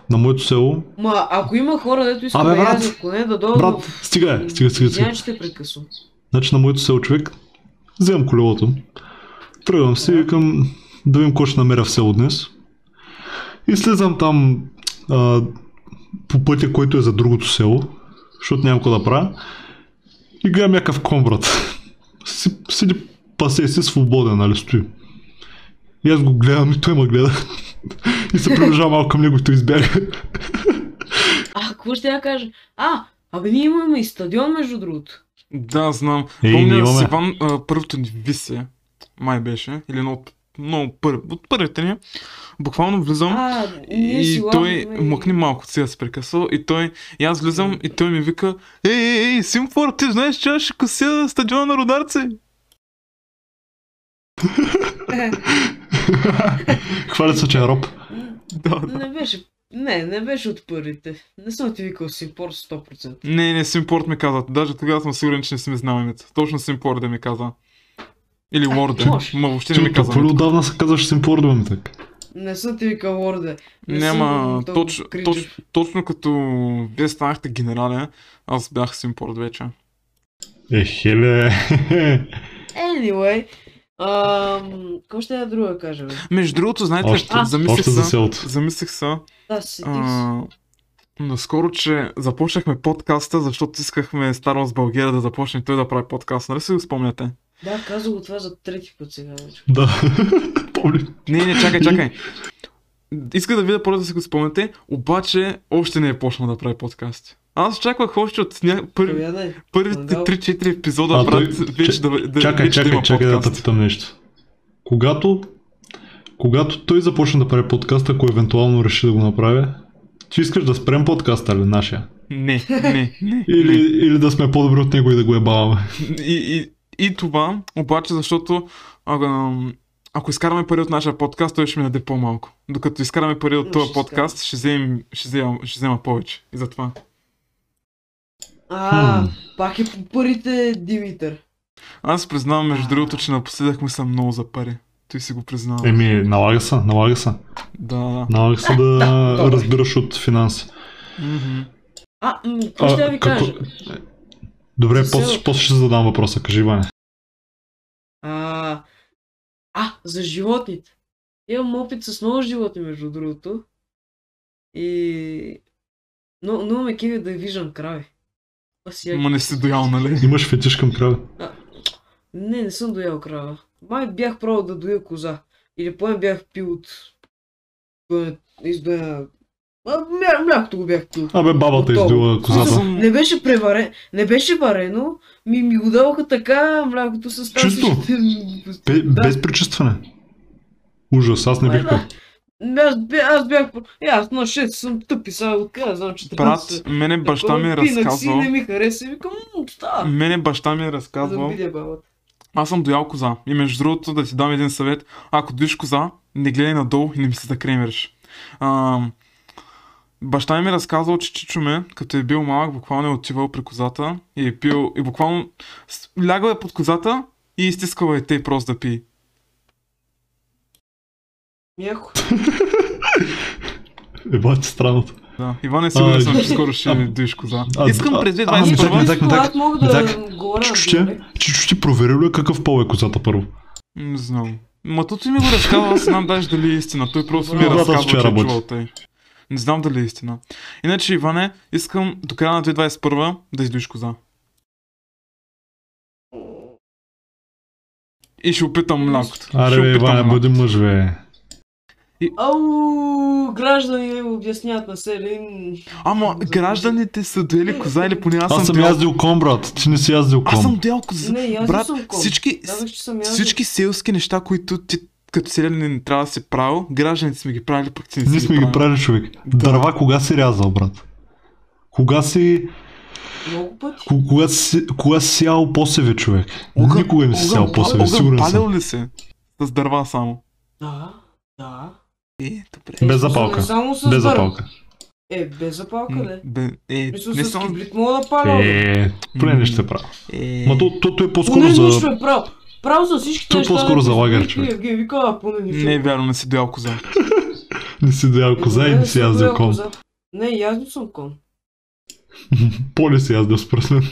Speaker 1: на моето село...
Speaker 2: Ма, ако има хора, дето искат
Speaker 1: Абе,
Speaker 2: да
Speaker 1: брат!
Speaker 2: яздят коне, да дойдат
Speaker 1: Брат,
Speaker 2: в...
Speaker 1: стига е, стига, стига, стига.
Speaker 2: Извинявай, че те прекъсвам.
Speaker 1: Значи на моето село човек, вземам колелото, тръгвам си и викам да видим кой ще намеря в село днес. И слизам там а, по пътя, който е за другото село, защото нямам какво да правя. И гледам някакъв кон, брат. Си, седи пасе си свободен, нали стои. И аз го гледам и той ме гледа. И се приближава малко към него и той избяга.
Speaker 2: А, какво ще я кажа? А, абе ние имаме и стадион, между другото.
Speaker 3: Да, знам.
Speaker 1: Ей, ние
Speaker 3: Помня с
Speaker 1: имаме.
Speaker 3: Иван а, първото дивисия. Май беше. Или едно от много първи. От първите ни. Буквално влизам.
Speaker 2: А, ние
Speaker 3: И
Speaker 2: си нали?
Speaker 3: той
Speaker 2: лаваме и-
Speaker 3: мъкни малко, сега се прекъсва. И той, и аз влизам, и той ми вика, ей, ей, ей, Симфор, ти знаеш, че аз ще къся стадиона на Рударци?
Speaker 1: Хвалят се, че е роб.
Speaker 3: Да, да.
Speaker 2: Е, Не беше. Не, не беше от първите. Не съм ти викал Симпор 100%.
Speaker 3: Не, не, Симпорт ми каза. Даже тогава съм сигурен, че не сме знал името. Точно Симпорт да ми каза. Или Лорд.
Speaker 2: може.
Speaker 3: Ма въобще
Speaker 1: Ти
Speaker 3: не ми
Speaker 1: от
Speaker 3: каза.
Speaker 1: какво ли отдавна се казваш Симпордвам така?
Speaker 2: Не съм ти викал Лорде. Не
Speaker 3: Няма,
Speaker 2: съм
Speaker 3: точ,
Speaker 2: толкова
Speaker 3: точ,
Speaker 2: кринджов.
Speaker 3: точно като вие станахте генерален, аз бях Симпорт вече.
Speaker 1: Е, хеле.
Speaker 2: Anyway. Ам, какво ще я друга да кажа, бе?
Speaker 3: Между другото, знаете,
Speaker 1: Още,
Speaker 2: А.
Speaker 3: замислих
Speaker 1: още за
Speaker 3: се,
Speaker 1: селото.
Speaker 3: замислих се,
Speaker 2: Да, се сетих. се.
Speaker 3: а, наскоро, че започнахме подкаста, защото искахме Star Wars България да започне и той да прави подкаст, нали си го спомняте?
Speaker 2: Да, казах го това за трети път сега вече.
Speaker 1: Да. Помни.
Speaker 3: Не, не, чакай, чакай. Иска да видя първо да си го спомняте, обаче още не е почнал да прави подкаст. Аз очаквах още от ня... пър...
Speaker 2: Тоя не.
Speaker 3: първите
Speaker 2: Да.
Speaker 3: 3-4 епизода,
Speaker 1: А,
Speaker 3: брат,
Speaker 1: той-
Speaker 3: вече да, да,
Speaker 1: Чакай,
Speaker 3: вече да
Speaker 1: чакай,
Speaker 3: има
Speaker 1: чакай да
Speaker 3: подкаст.
Speaker 1: те питам нещо. Когато, когато той започне да прави подкаст, ако евентуално реши да го направя, ти искаш да спрем подкаста ли, нашия?
Speaker 3: Не, не, не.
Speaker 1: Или, или да сме по-добри от него и да го ебаваме?
Speaker 3: И, и, и това, обаче, защото а, ам, ако изкараме пари от нашия подкаст, той ще ми даде по-малко. Докато изкараме пари
Speaker 2: М,
Speaker 3: от този
Speaker 2: ще изкараме.
Speaker 3: подкаст, ще взема, ще, взема, ще взема повече. И затова.
Speaker 2: А,
Speaker 1: Хм.
Speaker 2: пак е по парите, Димитър.
Speaker 3: Аз признавам, между
Speaker 2: А.
Speaker 3: другото, че напоследък мисля много за пари. Той си го признава.
Speaker 1: Еми, налага се, налага се.
Speaker 3: Да, да.
Speaker 1: Налага се да
Speaker 2: добре.
Speaker 1: разбираш от финанси.
Speaker 3: Мгм.
Speaker 2: А, м, какво ще
Speaker 1: А,
Speaker 2: да ви кажа?
Speaker 1: Добре,
Speaker 2: За
Speaker 1: после,
Speaker 2: село.
Speaker 1: после ще задам въпроса, кажи Ваня.
Speaker 2: А, а, за животните. Имам опит с много животни, между другото. И... Но, но ме киви да виждам крави. Аз си я-
Speaker 3: Ма не си доял, нали?
Speaker 1: Имаш фетиш към крави.
Speaker 2: Не, не съм доял крава. Май бях пробвал да доя коза. Или поне бях пил от... доя- Издоя... А, мля- Млякото го бях пил.
Speaker 1: Абе, бабата
Speaker 2: Готово.
Speaker 1: издила
Speaker 3: Аз
Speaker 1: козата.
Speaker 3: съм-
Speaker 2: Не беше преваре... Не беше варено. Ми, ми го даваха така, млякото с тази...
Speaker 1: Чисто? Бе, Без пречистване. Ужас, аз не бих пил.
Speaker 2: Ами Аз, бе, аз бях... про- Е, аз на 6 съм тъпи, сега откъде знам, че трябва да се-
Speaker 3: Брат, мене баща ми е
Speaker 2: Такова пинах
Speaker 3: разказвал.
Speaker 2: Си, не ми хареса и викам, «М, става.
Speaker 3: Мене баща ми е
Speaker 2: Да
Speaker 3: разказвал.
Speaker 2: видя бабата.
Speaker 3: Аз съм доял коза. И между другото да ти дам един съвет. Ако доиш коза, не гледай надолу и не ми се закремериш. А, баща ми ми е разказал, че Чичо ме, като е бил малък, буквално е отивал при козата и е пил... И буквално с- лягал е под козата и изтискал е те просто да пие.
Speaker 2: Мяко.
Speaker 1: Ебате Е, странното.
Speaker 3: Да. Иван е сигурен
Speaker 1: А,
Speaker 3: съм, че скоро ще
Speaker 1: а,
Speaker 3: доиш коза.
Speaker 1: а,
Speaker 3: Искам
Speaker 1: а,
Speaker 3: през
Speaker 1: а, а, чакай,
Speaker 3: 2021...
Speaker 1: не так, не так,
Speaker 2: Ами, Аз мога да
Speaker 1: так.
Speaker 2: говоря.
Speaker 1: Чичуче,
Speaker 2: добре.
Speaker 1: чичо ти проверил ли какъв пол е козата първо?
Speaker 3: Не знам. Ма тото ми го разказва, аз не знам даже дали е истина. Той просто ми
Speaker 2: Браво.
Speaker 1: Братът
Speaker 3: разказва, че
Speaker 1: вчера
Speaker 3: е
Speaker 1: работи.
Speaker 3: чувал тъй. Не знам дали е истина. Иначе, Иване, искам до края на 2021 да издуиш коза. И ще опитам млякото. ще
Speaker 1: Аре, бе,
Speaker 3: опитам
Speaker 1: Иване,
Speaker 3: млякото.
Speaker 1: бъди мъж, бе.
Speaker 2: Ау, граждани обясняват на селин.
Speaker 3: Ама, гражданите са доели коза или поне аз,
Speaker 1: Аз съм
Speaker 3: доял...
Speaker 1: яздил кон, брат. Ти не си яздил кон.
Speaker 3: Аз съм доял коза.
Speaker 2: Не, и аз не
Speaker 3: Брат,
Speaker 2: съм ком.
Speaker 3: всички,
Speaker 2: Казах, че съм
Speaker 3: всички селски неща, които ти като селянин трябва да си правил, гражданите сме ги правили, пък ти не си
Speaker 1: Ние сме ги
Speaker 3: правил.
Speaker 1: правили, човек.
Speaker 3: Да.
Speaker 1: Дърва кога си рязал, брат? Кога си,
Speaker 2: яден. Много пъти.
Speaker 1: ку- кога си, кога си сял посеве, човек?
Speaker 3: Огън-
Speaker 1: Никога не си
Speaker 3: огън
Speaker 1: сял
Speaker 3: пал-
Speaker 1: посеве,
Speaker 3: огън
Speaker 1: сигурен съм.
Speaker 3: палил ли се? С дърва само.
Speaker 2: Да, да.
Speaker 3: Е, добре.
Speaker 2: Е,
Speaker 1: Без
Speaker 2: смисъл,
Speaker 1: запалка.
Speaker 2: не Само с
Speaker 1: Без
Speaker 2: дърво.
Speaker 1: запалка.
Speaker 2: Е, без запалка,
Speaker 3: М,
Speaker 2: ли?
Speaker 3: Бе, е,
Speaker 2: Мисля,
Speaker 3: не
Speaker 2: с
Speaker 3: само...
Speaker 2: кибрит мога да паля. бе.
Speaker 1: Е, поне не ще правя.
Speaker 3: Е,
Speaker 1: Ма то, то, то е по-скоро
Speaker 2: Поне
Speaker 1: за...
Speaker 2: нищо е прав. Прав за всички
Speaker 1: Той
Speaker 2: неща.
Speaker 1: по-скоро
Speaker 2: да,
Speaker 1: за
Speaker 2: които
Speaker 1: лагер,
Speaker 2: Евгений
Speaker 1: човек.
Speaker 2: Евгений вика, а, поне не
Speaker 3: не е вярно, не си доял коза.
Speaker 1: Не си доял
Speaker 2: Е,
Speaker 1: коза и
Speaker 2: добре,
Speaker 1: не си
Speaker 2: съм
Speaker 1: яздил
Speaker 2: доял
Speaker 1: кон.
Speaker 2: коза. Не, и аз не съм кон.
Speaker 1: Поле си яздил според мен.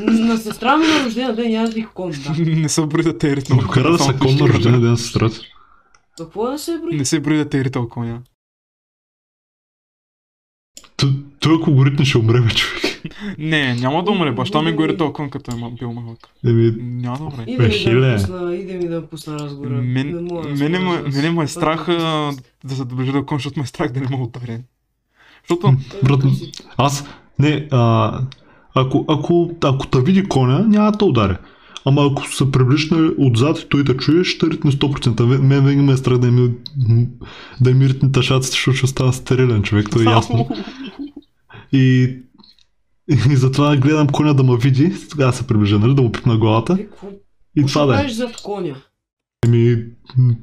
Speaker 2: На сестра ми на рождения ден яздих кон, да.
Speaker 3: не се брои да те е ритъл.
Speaker 1: Докара да са кон на рождения ден с сестрата.
Speaker 2: Какво да се брои?
Speaker 3: Не се брои да те е ритъл коня.
Speaker 1: Т- Той ако го ритне ще умре, бе, човек.
Speaker 3: Не, няма да умре. Баща ми го е ритъл кон, като е ма- бил малък.
Speaker 1: Еми,
Speaker 3: Няма да умре.
Speaker 2: Иде ми да
Speaker 1: Бехиле.
Speaker 2: пусна, иде ми да пусна разговора.
Speaker 3: Мен-
Speaker 2: Не мога да
Speaker 3: Мене,
Speaker 2: споря
Speaker 3: ме-
Speaker 2: с-
Speaker 3: мене ме е
Speaker 2: с-
Speaker 3: страх а, да се доближа до кон, защото ме е страх да не мога ударен. Защото
Speaker 1: брат,
Speaker 2: Е,
Speaker 1: аз... Не, а... Ако, ако, ако те види коня, няма да те ударя. Ама ако се приближне отзад и той те чуе, ще те ритне 100%. Ве- Мен винаги ме е страх да ми, да ми ритне тъшаците, защото ще става стерилен човек, то е ясно. И, и затова гледам коня да ме види, тогава се приближа, нали, да му пипна главата.
Speaker 2: Е, какво-
Speaker 1: И
Speaker 2: какво
Speaker 1: това
Speaker 2: ще
Speaker 1: да е.
Speaker 2: правиш зад коня?
Speaker 1: Ами, м,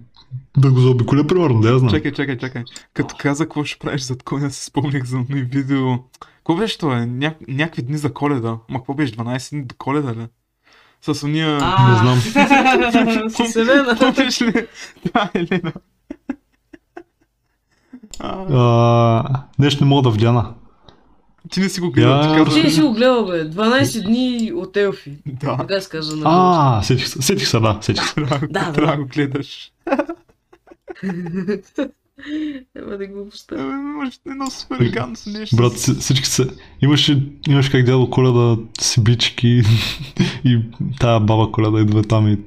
Speaker 1: да го заобиколя, примерно, да я знам.
Speaker 3: Чакай, чакай, чакай. Като каза какво ще правиш зад коня, си спомнях за едно видео. Какво беше това? Ня... Някакви дни за коледа. Ма какво беше? 12 дни до коледа ли? С уния...
Speaker 1: Не знам.
Speaker 2: С Елена.
Speaker 3: Помниш ли? Да, Елена. А,
Speaker 1: А, нещо не мога да вдяна.
Speaker 3: ти не си го гледал,
Speaker 1: Я-
Speaker 3: ти
Speaker 2: Ти не
Speaker 3: казваш.
Speaker 2: си го гледал, бе. 12 дни от Елфи.
Speaker 3: Да,
Speaker 2: Така се казва на български.
Speaker 1: А, сетих, се- сетих се, да, сетих се.
Speaker 3: трябва
Speaker 2: Да,
Speaker 3: трябва
Speaker 2: да.
Speaker 3: да го гледаш.
Speaker 2: Ема да го поставя.
Speaker 3: Абе, Имаш едно е супер гансо нещо.
Speaker 1: Брат, си- всички са... Имаше, имаше как дядо Коледа си бички и тая баба Коледа идва там и...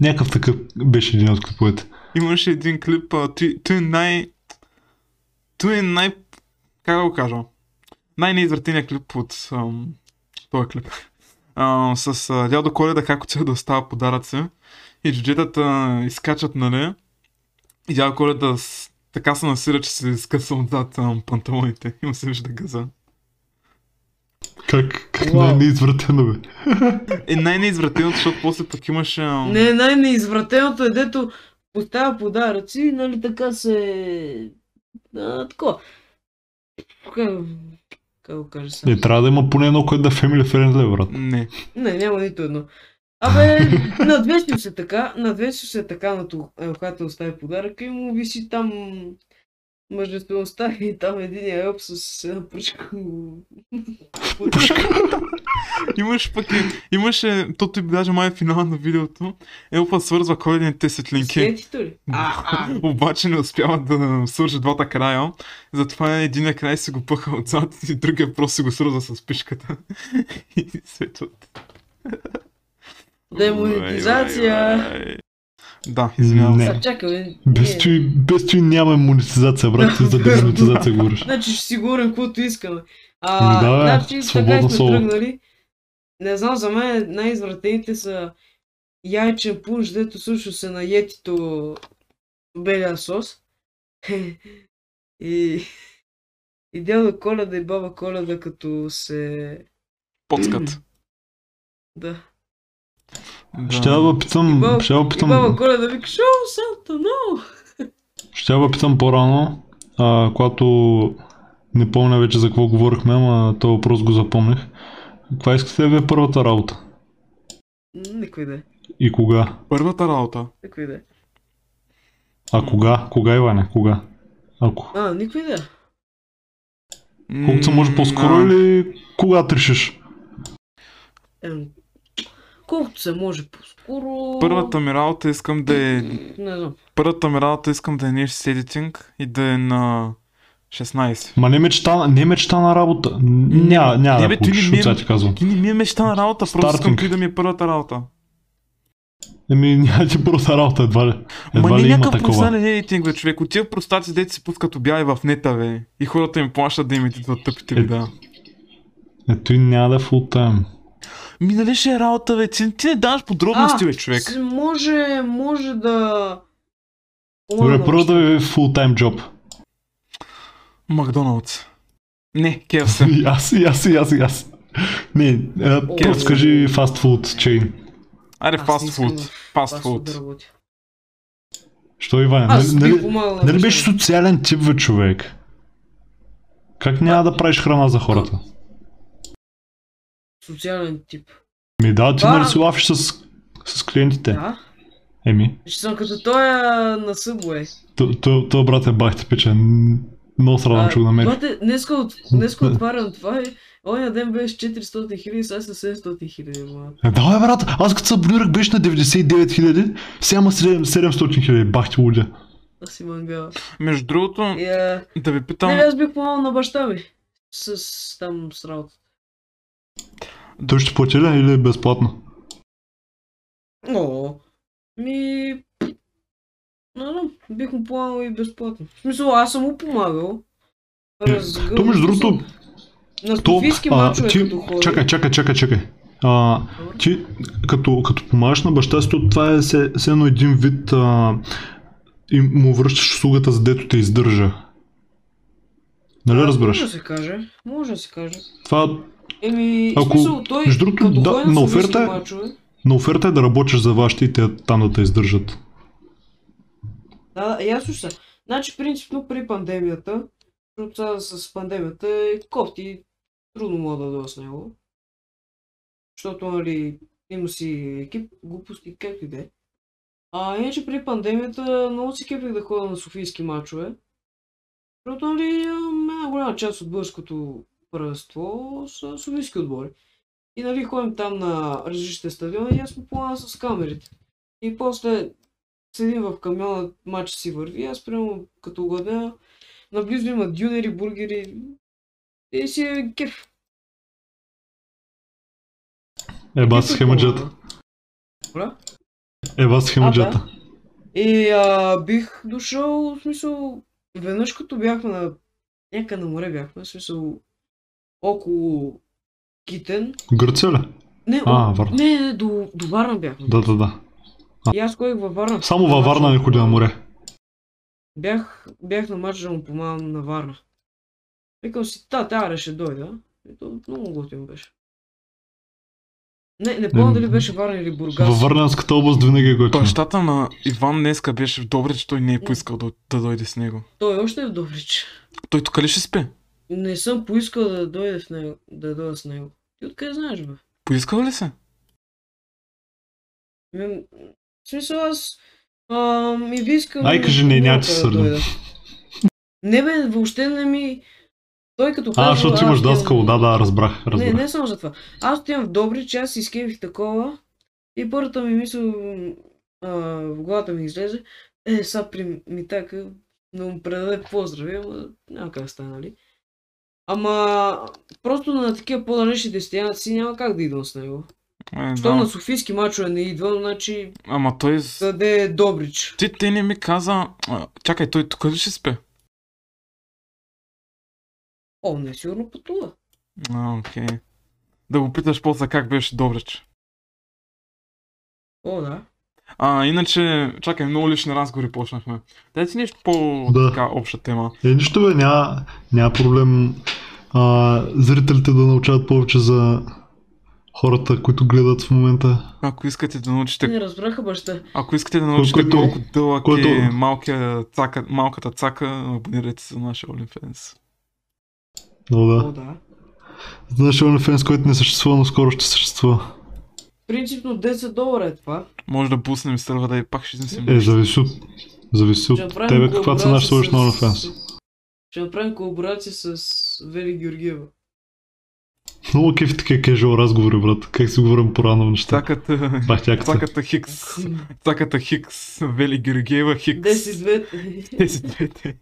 Speaker 1: Някакъв такъв беше един от клиповете.
Speaker 3: Имаше един клип, а, той, той е най... Той е най... Как да го кажа? Най-неизвратения клип от ам, този клип. А, с а, дядо Коледа как отива да остава подаръци и джуджетата изкачат, нали? И дядо Коледа с... така се насира, че се изкъсва отзад ам, панталоните и му се вижда газа.
Speaker 1: Как, как
Speaker 2: Уау.
Speaker 1: най-неизвратено бе.
Speaker 3: Е най-неизвратеното, защото после пък имаше... а,
Speaker 2: Не, най-неизвратеното е, дето поставя подаръци, и, нали така се... А, такова. Как, как го кажа сега?
Speaker 1: Е, трябва да има поне едно, което да е family friendly, брат.
Speaker 3: Не.
Speaker 2: Не, няма нито едно. Абе, надвесил се така, надвесил се така на елхата остави подаръка и му виси там мъжествеността и там един елп с една пушка.
Speaker 3: Имаш пък... и- Имаше... Тото и даже май е финала на видеото. Елфа свързва коледните светлинки.
Speaker 2: Сетито ли?
Speaker 3: Обаче не успява да свържа двата края. Затова един е край се го пъха отзад и другия просто го свързва с пишката. И светват.
Speaker 2: Демонетизация.
Speaker 3: Ай, ай, ай. Да, извинявам
Speaker 1: Не.
Speaker 3: се.
Speaker 2: А, чакай, бе,
Speaker 1: Без
Speaker 2: ние-
Speaker 1: ти, без ти няма монетизация, брат, ти за демонетизация говориш.
Speaker 2: Значи ще си говорим каквото искаме. А,
Speaker 1: Ми Ами да, бе,
Speaker 2: значи така
Speaker 1: свободно
Speaker 2: и сме
Speaker 1: слово.
Speaker 2: тръгнали. Не знам, за мен най-извратените са яйчен пунш, дето също се на йетито белия сос. и... И дядо Коледа и баба Коледа като се...
Speaker 3: Поцкат.
Speaker 2: Да.
Speaker 3: Да.
Speaker 1: Ще я питам,
Speaker 2: И баба-
Speaker 1: ще я
Speaker 2: И баба
Speaker 1: питам,
Speaker 2: Коледа вика, шоу, Санта, но!
Speaker 1: ще я питам по-рано, а, когато не помня вече за какво говорихме, ама този въпрос го запомних. Каква искате да ви е първата работа?
Speaker 2: Никой да е,
Speaker 1: И кога?
Speaker 3: Първата работа.
Speaker 2: никой да е.
Speaker 1: А кога? Кога, Иване? Кога? Ако...
Speaker 2: А, никой да е.
Speaker 1: Колкото се може по-скоро
Speaker 3: М,
Speaker 1: или когато решиш?
Speaker 2: Ем, Колкото се може по-скоро...
Speaker 3: Първата ми работа искам да е...
Speaker 2: Не знам.
Speaker 3: Първата ми работа искам да е нещо с едитинг и да е на 16.
Speaker 1: Ма не е мечта, не мечта на работа. Няма, няма
Speaker 3: Не,
Speaker 1: да
Speaker 3: бе, ти
Speaker 1: получиш,
Speaker 3: не ми е-
Speaker 1: от сега ти казвам.
Speaker 3: Ти не ми е мечтана работа, просто искам
Speaker 1: Стартинг.
Speaker 3: ти да ми е първата работа.
Speaker 1: Еми, няма ти първата работа, едва ли.
Speaker 3: Ма
Speaker 1: Едва
Speaker 3: не
Speaker 1: ли има
Speaker 3: някакъв е-
Speaker 1: такова.
Speaker 3: професионален едитинг, бе, човек. От тия простаци, дете си пускат обяви в нета, бе. И хората им плащат да им идват тъпите
Speaker 1: Е,
Speaker 3: вида.
Speaker 1: Ето и няма да е фултайм.
Speaker 3: Ми нали ще е работа, бе. Ти, ти не даваш подробности,
Speaker 2: А,
Speaker 3: бе, човек.
Speaker 2: С- Може, може да...
Speaker 1: Добре,
Speaker 2: Ладно,
Speaker 1: първо
Speaker 2: ще-
Speaker 1: да ви е фултайм джоб.
Speaker 3: Макдоналдс. Не, КФС.
Speaker 1: И Ами, аз, и аз, и аз, и аз. е, Не, а,
Speaker 2: О.
Speaker 1: просто кажи фастфуд чейн.
Speaker 3: Аре,
Speaker 2: Аз не искам
Speaker 3: фастфуд.
Speaker 2: да- Аз да
Speaker 3: Фастфуд.
Speaker 2: работя.
Speaker 1: Що, Иване?
Speaker 2: Аз
Speaker 1: Нали,
Speaker 2: бих
Speaker 1: нали,
Speaker 2: помагала на
Speaker 1: нали беше
Speaker 2: баща ми.
Speaker 1: социален тип, бе, човек? Как няма да правиш храна за хората?
Speaker 2: социален тип.
Speaker 1: Ми да, ти
Speaker 2: Да.
Speaker 1: нали се лафиш с, с клиентите.
Speaker 2: Да?
Speaker 1: Еми,
Speaker 2: Ще съм като той а, на е. Събуе.
Speaker 1: то- то то брат е бахте печен. Много срадан чук намери.
Speaker 2: Днеска, от, днеска отварям това и оня ден беше 400 хиляди, сега са 700 хиляди. ма.
Speaker 1: Е, Да, бе, брат, аз като се абонирах беше на 99 000, сега има 7- 700 хиляди, бахте лудя.
Speaker 2: Аз си мангала.
Speaker 3: Между другото,
Speaker 2: И, а,
Speaker 3: да ви питам...
Speaker 2: Е, не, аз бих помагал на баща ми. С там с работа.
Speaker 1: Той ще плати ли или е безплатно?
Speaker 2: О, ми... Не знам, бих му помагал и безплатно. В смисъл, аз съм му помагал. Разгъл,
Speaker 1: Е, То между
Speaker 2: съм-
Speaker 1: другото,
Speaker 2: На
Speaker 1: то,
Speaker 2: Софийски
Speaker 1: а,
Speaker 2: мачове
Speaker 1: ти,
Speaker 2: като ходи.
Speaker 1: чакай, чакай, чакай, чакай. А, ти, като, като помагаш на баща си, то това е се, се едно един вид а, и му връщаш услугата, за дето те издържа. Нали разбираш?
Speaker 2: Може да се каже. Може да се каже.
Speaker 1: Това
Speaker 2: Еми,
Speaker 1: Ако-
Speaker 2: в смисъл, той
Speaker 1: между другото,
Speaker 2: като
Speaker 1: да,
Speaker 2: ходи на,
Speaker 1: на
Speaker 2: Софийски
Speaker 1: оферта е-
Speaker 2: мачове,
Speaker 1: на оферта е да работиш за вашите и те там да те издържат.
Speaker 2: Да, да, ясно ще. са. Значи, принципно при пандемията, защото сега с пандемията е кофти, трудно мога да дойда с него. Защото, нали, има си екип, глупости, както и да е. А иначе при пандемията много си кефих да ходя на софийски матчове. Защото, нали, ам, една голяма част от българското първенство са софийски отбори. И, нали, ходим там на различните стадиони и аз му помагам с камерите. И после седим в камиона, матч си върви, аз прямо като огладня, наблизо има дюнери, бургери и си е кеф.
Speaker 1: Еба
Speaker 2: Кеф
Speaker 1: с
Speaker 2: е
Speaker 1: хемаджета.
Speaker 2: хубаво. Добре.
Speaker 1: Еба с хемаджета.
Speaker 2: И а, бих дошъл, в смисъл, веднъж като бяхме на... Някъде на море бяхме, в смисъл, около Китен.
Speaker 1: Гърция ли?
Speaker 2: Не,
Speaker 1: А,
Speaker 2: о-
Speaker 1: Варна.
Speaker 2: не, не, до, до Варна бяхме.
Speaker 1: Да, да, да.
Speaker 2: И аз ходих във Варна.
Speaker 1: Само във
Speaker 2: Значи,
Speaker 1: Варна не ходи на море.
Speaker 2: Бях, бях на матч да му помагам на Варна. Викам си, та, тя ще дойда. И то много готино беше. Не, не помня
Speaker 1: Ем,
Speaker 2: дали беше Варна или Бургас.
Speaker 1: Във Варненската област винаги е готино.
Speaker 3: Бащата на Иван днеска беше в Добрич, той не е поискал да, да дойде с него.
Speaker 2: Той още е в Добрич.
Speaker 3: Той тук ли ще спи?
Speaker 2: Не съм поискал да дойде в него, да дойда с него. Ти откъде знаеш, бе?
Speaker 3: Поискал ли се?
Speaker 2: Ми, в смисъл аз а, ми ви искам...
Speaker 1: Ай, кажи, не, няма да се
Speaker 2: да
Speaker 1: сърдя.
Speaker 2: дойда. Не бе, въобще не ми... Той като казва...
Speaker 1: А, защото имаш
Speaker 2: аз отивам-
Speaker 1: даскало, да, да, разбрах, разбрах.
Speaker 2: Не, не само за това. Аз отивам в Добрич, аз си изкевих такова и първата ми мисъл м, а, в главата ми излезе, е, са при ми така, да му предаде поздрави, ама няма как да стане, нали? Ама, просто на такива по-далечни дестинации няма как да идвам с него.
Speaker 3: Е,
Speaker 2: Що на
Speaker 3: да.
Speaker 2: Софийски мачове не идвам, значи
Speaker 3: Ама той... с-
Speaker 2: къде е Добрич?
Speaker 3: Ти, ти не ми каза... А, чакай, той тук ли ще спи?
Speaker 2: О, не, сигурно пътува.
Speaker 3: А, окей. Да го питаш после как беше Добрич.
Speaker 2: О, да.
Speaker 3: А, иначе, чакай, много лични разговори почнахме. Дай ти нещо
Speaker 1: Да.
Speaker 3: по-така обща тема.
Speaker 1: Е, нищо бе, няма, няма проблем а, зрителите да научат повече за хората, които гледат в момента.
Speaker 3: Ако искате да научите,
Speaker 2: Не разбраха баща.
Speaker 3: ако искате да научите
Speaker 1: Който-
Speaker 3: колко дълъг
Speaker 1: който-
Speaker 3: е малкия цака, малката цака, абонирайте се за нашия OnlyFans.
Speaker 1: Но
Speaker 2: О,
Speaker 1: да.
Speaker 2: да.
Speaker 1: Знаеш, OnlyFans, който не съществува, но скоро ще съществува.
Speaker 2: Принципно 10 долара е това.
Speaker 3: Може да пуснем сърва да и пак ще изнесем.
Speaker 1: Е, зависи от, зависи от
Speaker 2: Ще направим
Speaker 1: тебе каква цена ще
Speaker 2: колаборация
Speaker 1: сложиш на
Speaker 2: с-
Speaker 1: OnlyFans.
Speaker 2: Ще направим колаборация с Вели Георгиева.
Speaker 1: Много кефи такива кежуал разговори, брат. Как си говорим по рано неща.
Speaker 3: Цаката,
Speaker 1: Бах тяката.
Speaker 3: цаката Хикс, цаката Хикс, Вели Георгиева Хикс.
Speaker 2: 10-2.
Speaker 3: 10 двете.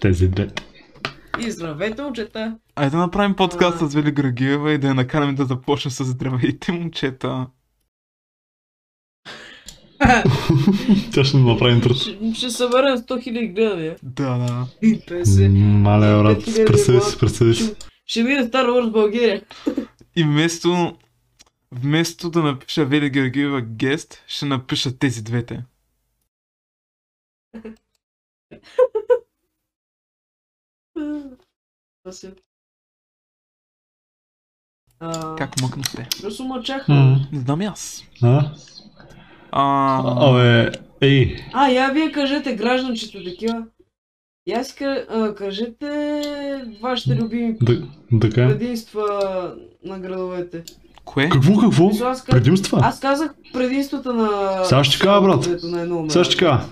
Speaker 1: Тези две.
Speaker 2: И здравейте, момчета.
Speaker 3: Айде да направим подкаст с Вели Георгиева и да я накараме да започне с здравейте, момчета.
Speaker 1: Тя ще ни направи интро.
Speaker 2: Ще, ще съберем 100 000 гледания.
Speaker 3: Да, да.
Speaker 2: И 50.
Speaker 1: Мале, брат,
Speaker 2: Пет хиляди
Speaker 1: преседи
Speaker 2: лева.
Speaker 1: си, преседи си.
Speaker 2: Ще видя Star Wars България.
Speaker 3: И вместо, вместо да напиша Вели Георгиева гест, ще напиша тези двете.
Speaker 2: Това е. се... А,
Speaker 3: Как мъкнахте?
Speaker 2: Просто мълчаха.
Speaker 1: М.
Speaker 3: Не знам и аз.
Speaker 1: А?
Speaker 3: А,
Speaker 1: Абе, ей,
Speaker 2: А, я вие кажете гражданчето такива. И аз си ка- а, кажете вашите любими
Speaker 1: да-
Speaker 2: Е?
Speaker 1: така.
Speaker 2: предимства на градовете.
Speaker 3: кое?
Speaker 1: Какво, какво?
Speaker 2: Мисля, аз, каз...
Speaker 1: Предимства?
Speaker 2: аз казах предимствата на...
Speaker 1: Сега ще кажа, брат.
Speaker 2: градовете На едно
Speaker 1: Сега ще
Speaker 2: мере.
Speaker 1: така.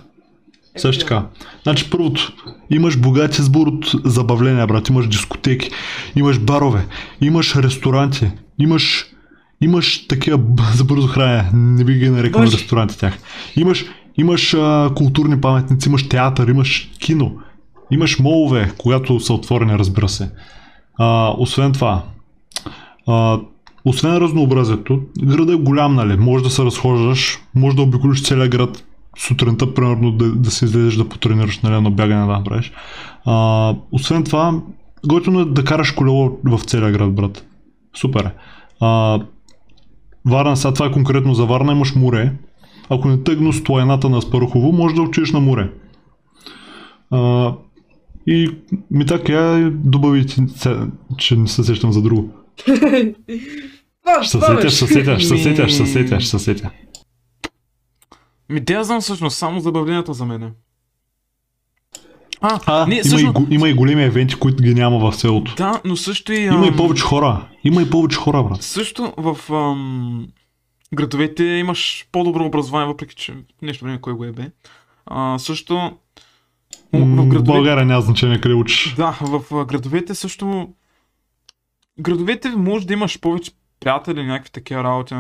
Speaker 2: Е,
Speaker 1: Сега ще така. Значи първото, имаш богат избор от забавления, брат. Имаш дискотеки, имаш барове, имаш ресторанти, имаш имаш такива б- за бързо хранене, не би ги нарекал
Speaker 2: Боже.
Speaker 1: ресторанти тях. Имаш, имаш а, културни паметници, имаш театър, имаш кино, имаш молове, когато са отворени, разбира се. А, освен това, а, освен разнообразието, града е голям, нали? Може да се разхождаш, може да обиколиш целия град сутринта, примерно, да, да се излезеш да потренираш, нали, на бягане да направиш. А, освен това, готино е да караш колело в целия град, брат. Супер е. А, Варна, сега това е конкретно за Варна, имаш море. Ако не тъгно с планината на Спарухово, може да отидеш на море. А, и ми така, добави, ти, се- че не се сещам за друго.
Speaker 2: Това,
Speaker 1: Ще се
Speaker 2: това
Speaker 1: сетя,
Speaker 2: беше.
Speaker 1: ще се сетя, ще се сетя, ще се сетя, ще се сетя.
Speaker 3: Ми да я знам всъщност, само забавленията за мене. А,
Speaker 1: А,
Speaker 3: не,
Speaker 1: има, и,
Speaker 3: всъщност,
Speaker 1: го- има и големи евенти, които ги няма в селото.
Speaker 3: да, но също и...
Speaker 1: Има и
Speaker 3: ам,
Speaker 1: повече хора. Има и повече хора, брат.
Speaker 3: Също в ам, градовете имаш по-добро образование, въпреки че нещо време кой го е бе. А, също м,
Speaker 1: М,
Speaker 3: в
Speaker 1: В
Speaker 3: градовете...
Speaker 1: България няма значение къде учиш.
Speaker 3: Да, в а, градовете също... Градовете може да имаш повече приятели, някакви такива работи.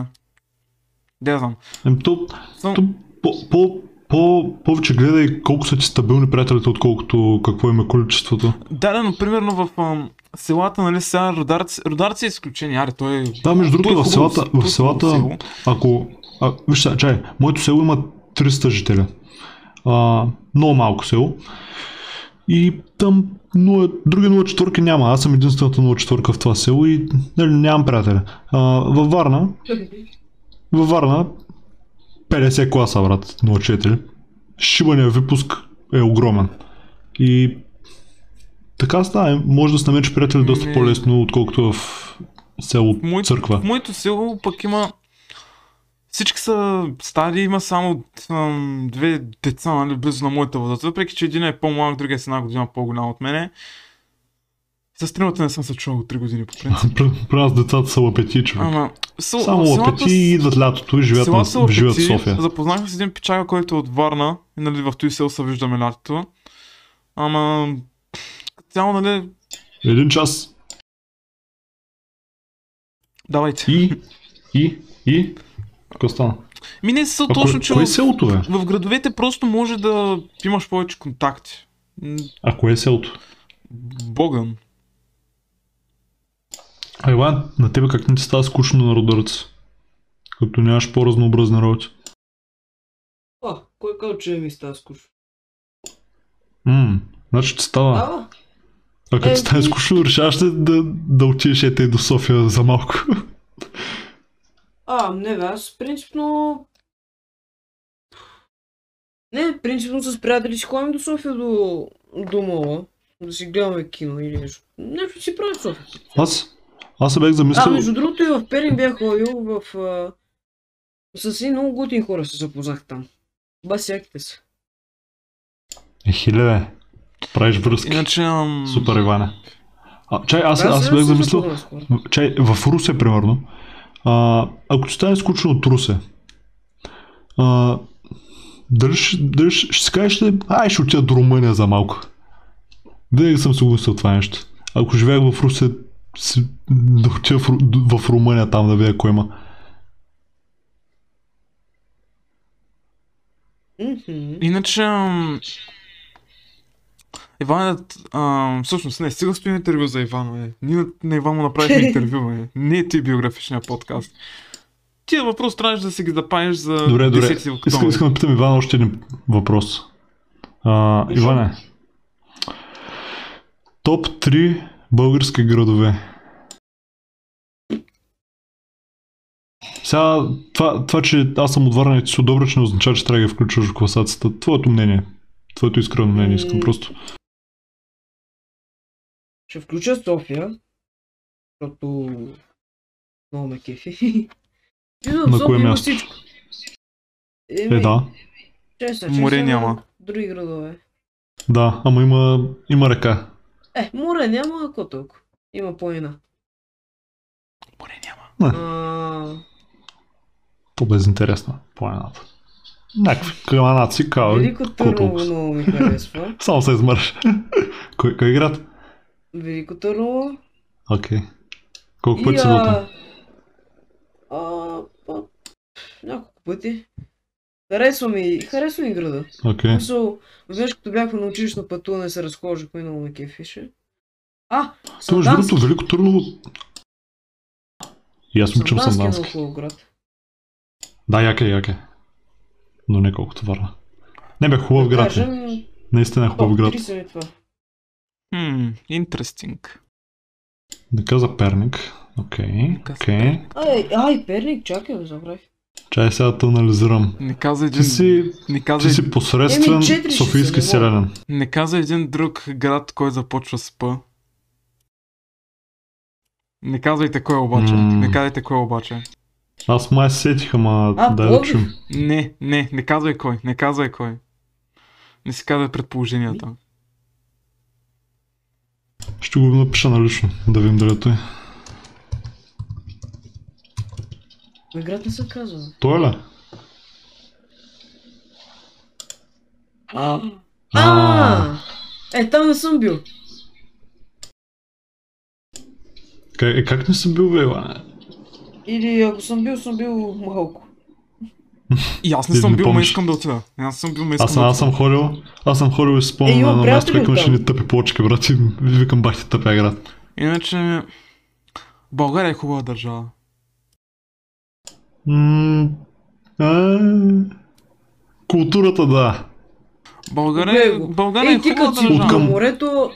Speaker 3: Да, знам.
Speaker 1: Ем, то,
Speaker 3: Но,
Speaker 1: то, по, по, по, повече гледай колко са ти стабилни приятелите, отколкото какво им е количеството.
Speaker 3: да, да, но примерно в ам, селата, нали, сега Рударци, Рударци е изключение, аре, той е...
Speaker 1: Да, между
Speaker 3: той е
Speaker 1: другото, в
Speaker 3: хубаво-
Speaker 1: селата,
Speaker 3: той е
Speaker 1: в селата,
Speaker 3: хубаво село.
Speaker 1: ако... А, виж сега, чай, моето село има 300 жителя. А, много малко село. И там но, други 0 четворки няма. Аз съм единствената 0 четворка в това село и нали, нямам приятеля. А, във Варна, във Варна 50 класа, брат, 04. Шибания випуск е огромен. И Така става. Може да се намериш приятели доста
Speaker 3: Ми-
Speaker 1: по-лесно, отколкото в село
Speaker 3: В моето,
Speaker 1: църква.
Speaker 3: в моето село пък има... Всички са стари, има само ам, две деца, нали, близо на моята възраст. Въпреки, че един е по-малък, другия е с една година по-голям от мене. С тримата не съм се чувал от 3 години, по принцип.
Speaker 1: При- При нас децата са лапети, човек.
Speaker 3: Ама, сел,
Speaker 1: Само лапети и идват лятото и живеят,
Speaker 3: селата
Speaker 1: на,
Speaker 3: са
Speaker 1: живеят в
Speaker 3: опити.
Speaker 1: София.
Speaker 3: Запознах се с един печага, който е от Варна. И, нали, в този сел се виждаме лятото. Ама... като Цяло, нали...
Speaker 1: Един час.
Speaker 3: Давайте.
Speaker 1: И, и, и. Какво стана?
Speaker 3: Ми не са
Speaker 1: А
Speaker 3: точно,
Speaker 1: кое,
Speaker 3: че...
Speaker 1: кое е
Speaker 3: в-
Speaker 1: селото, бе?
Speaker 3: В градовете просто може да имаш повече контакти. М,
Speaker 1: А кое е селото?
Speaker 3: Боган.
Speaker 1: А Иван, на тебе как не ти става скучно на родърца? Като нямаш по-разнообразни работи.
Speaker 2: О, кой казва, че ми става скучно?
Speaker 1: Ммм, значи ти става.
Speaker 2: Ава,
Speaker 1: А като
Speaker 2: е,
Speaker 1: ти стане
Speaker 2: ми-
Speaker 1: скучно, решаваш ли да, да отидеш ете до София за малко?
Speaker 2: а, не бе, аз принципно... Не, принципно с приятели си ходим до София до, до мола. Да си гледаме кино или нещо. Нещо си правим в София.
Speaker 1: Аз, аз се бях
Speaker 2: А,
Speaker 1: замислил.
Speaker 2: между другото и в Перин бях ходил в... А... С едни много готини хора се запознах там. Ба всяките са.
Speaker 1: Е, хиле, правиш връзки.
Speaker 3: Иначе... Ам...
Speaker 1: Супер, Иване. А, чай, аз, аз,
Speaker 2: сега
Speaker 1: бях
Speaker 2: съм
Speaker 1: замислил.
Speaker 2: запознал с хора.
Speaker 1: Чай, в Русе, примерно, а, ако ти стане скучно от Русе, а, дали, ще- дали ще ще си кажеш ли, ай ще отида до Румъния за малко. Винаги съм сигурен от това нещо. Ако живеех в Русе, си, да отида в, Ру- д- в Румъния там да видя кой има.
Speaker 2: Мгм.
Speaker 3: Иначе... Ам... Иванът... Ам... Всъщност, не, стига стои интервю за Ивана. Е. Ние на, на Иван му направихме интервю. Е. Не ти биографичния подкаст. Тия въпрос трябваше да си ги запаеш за
Speaker 1: Добре, добре.
Speaker 3: 10 октомври.
Speaker 1: Искам, искам да питам Иван още един въпрос. А,
Speaker 2: Пиши.
Speaker 1: Иване, топ 3 български градове. Сега, това, това, че аз съм от Варна и ти си от Добрич, не означава, че трябва да ги включваш в класацията. Твоето мнение. Твоето искрено мнение искам
Speaker 2: М.
Speaker 1: просто.
Speaker 2: Ще включа София, защото много ме кефи. Идва в
Speaker 1: На
Speaker 2: София,
Speaker 1: кое
Speaker 2: има
Speaker 1: място?
Speaker 2: Всичко.
Speaker 1: Е, да.
Speaker 2: Чай сега, чай
Speaker 3: Море
Speaker 2: сега,
Speaker 3: няма.
Speaker 2: Други градове.
Speaker 1: Да, ама има, има река.
Speaker 2: Е, море няма, ако толкова. Има планина.
Speaker 3: Море няма.
Speaker 2: А,
Speaker 1: То безинтересна планината. Някакви каманаци, кави.
Speaker 2: Велико
Speaker 1: какво
Speaker 2: Търново
Speaker 1: толкова?
Speaker 2: много ми харесва.
Speaker 1: Само се измърш. кой, кой град?
Speaker 2: Велико Търново.
Speaker 1: Окей. Колко
Speaker 2: И,
Speaker 1: пъти си бил там?
Speaker 2: а, а, па, няколко пъти. Харесва ми, харесва ми града.
Speaker 1: Окей.
Speaker 2: Мисъл, веднъж като бяхме на училищно пътуване се разхождахме и много ме кефише. А,
Speaker 1: Ти между
Speaker 2: Сандански.
Speaker 1: другото, Велико Търново... И аз обичам
Speaker 2: Сандански е много
Speaker 1: Сандански.
Speaker 2: хубав град.
Speaker 1: Да, яке, яке. Но не колкото варна. Не бе, хубав град е.
Speaker 2: Кажем,
Speaker 1: Наистина е хубав град.
Speaker 2: топ-три са ми това.
Speaker 3: Хм, интересинг.
Speaker 1: Да каза Перник. Окей,
Speaker 3: Каза
Speaker 1: окей.
Speaker 2: Ай, ай, Перник, чакай, бе, забравих.
Speaker 1: Чай сега да анализирам.
Speaker 3: Не каза един...
Speaker 1: Ти си,
Speaker 3: Не
Speaker 1: ти
Speaker 3: каза
Speaker 1: си посредствен
Speaker 2: Еми, четири ще са,
Speaker 1: софийски
Speaker 2: не мога.
Speaker 1: селянин.
Speaker 3: Не каза един друг град, кой започва с П. Не казвайте кой обаче.
Speaker 1: М.
Speaker 3: Не казвайте кой обаче.
Speaker 1: Аз май се сетих, ама
Speaker 2: А,
Speaker 1: дай да
Speaker 2: Пловдив.
Speaker 1: чуем.
Speaker 3: Не, не, не казвай кой. Не казвай кой. Не си казвай предположенията.
Speaker 1: Ще го напиша налично, да видим дали е той.
Speaker 2: Бе, град не се казва. бе.
Speaker 1: Той е ли?
Speaker 2: А,
Speaker 1: А.
Speaker 2: е, там не съм бил.
Speaker 1: Как, е, как не си бил, бе, Иване?
Speaker 2: Или ако съм бил, съм бил малко.
Speaker 3: И аз не
Speaker 1: Ти
Speaker 3: съм
Speaker 1: не
Speaker 3: бил, ма
Speaker 1: помниш.
Speaker 3: искам да отида. И Аз съм бил, ма искам
Speaker 1: Аз,
Speaker 3: да
Speaker 1: аз
Speaker 3: отида.
Speaker 1: съм ходил, аз съм ходил и си
Speaker 2: Е,
Speaker 1: спомням
Speaker 2: има
Speaker 1: на едно място,
Speaker 2: приятели
Speaker 1: където имаше
Speaker 2: оттам.
Speaker 1: ни тъпи плочки, брат, и викам бах ти тъпя град.
Speaker 3: Иначе... България е хубава държава.
Speaker 1: М, а, Културата, да.
Speaker 3: България,
Speaker 2: Гледай го.
Speaker 3: България е
Speaker 2: Е, ти
Speaker 3: хубава
Speaker 2: като си
Speaker 1: От
Speaker 3: държава.
Speaker 2: на
Speaker 1: към-
Speaker 2: морето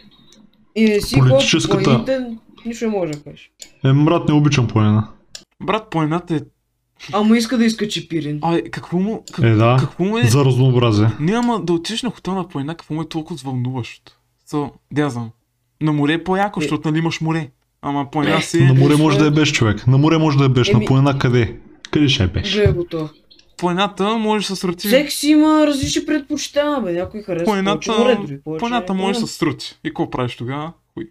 Speaker 2: и не си
Speaker 1: Политическата-
Speaker 2: хубав, планините, нищо не може да кажеш.
Speaker 1: Е, брат, не обичам планина.
Speaker 3: Брат, планината е...
Speaker 2: Ама иска да изкачи пирин.
Speaker 3: Ай, какво му... Как...
Speaker 1: Е, да.
Speaker 3: Какво му е...
Speaker 1: За разнообразие.
Speaker 3: Няма да отидеш на хотел на планина, какво му е толкова вълнуващо? So, дязам. На море по-яко,
Speaker 2: Е.
Speaker 3: защото нали имаш море. Ама по една
Speaker 1: На
Speaker 3: си,
Speaker 1: море може да е без човек. На море може да е без, на
Speaker 2: Еми-
Speaker 1: планина къде? Къде ще е без?
Speaker 2: Гледай го това.
Speaker 3: по едната можеш да се срути.
Speaker 2: Всеки си има различни предпочитания, бе. Някой харесва
Speaker 3: По едната-
Speaker 2: повече море, дори повече. нали?
Speaker 3: По едната можеш да
Speaker 2: Моля,
Speaker 3: се срути. И какво правиш тогава? Хуй.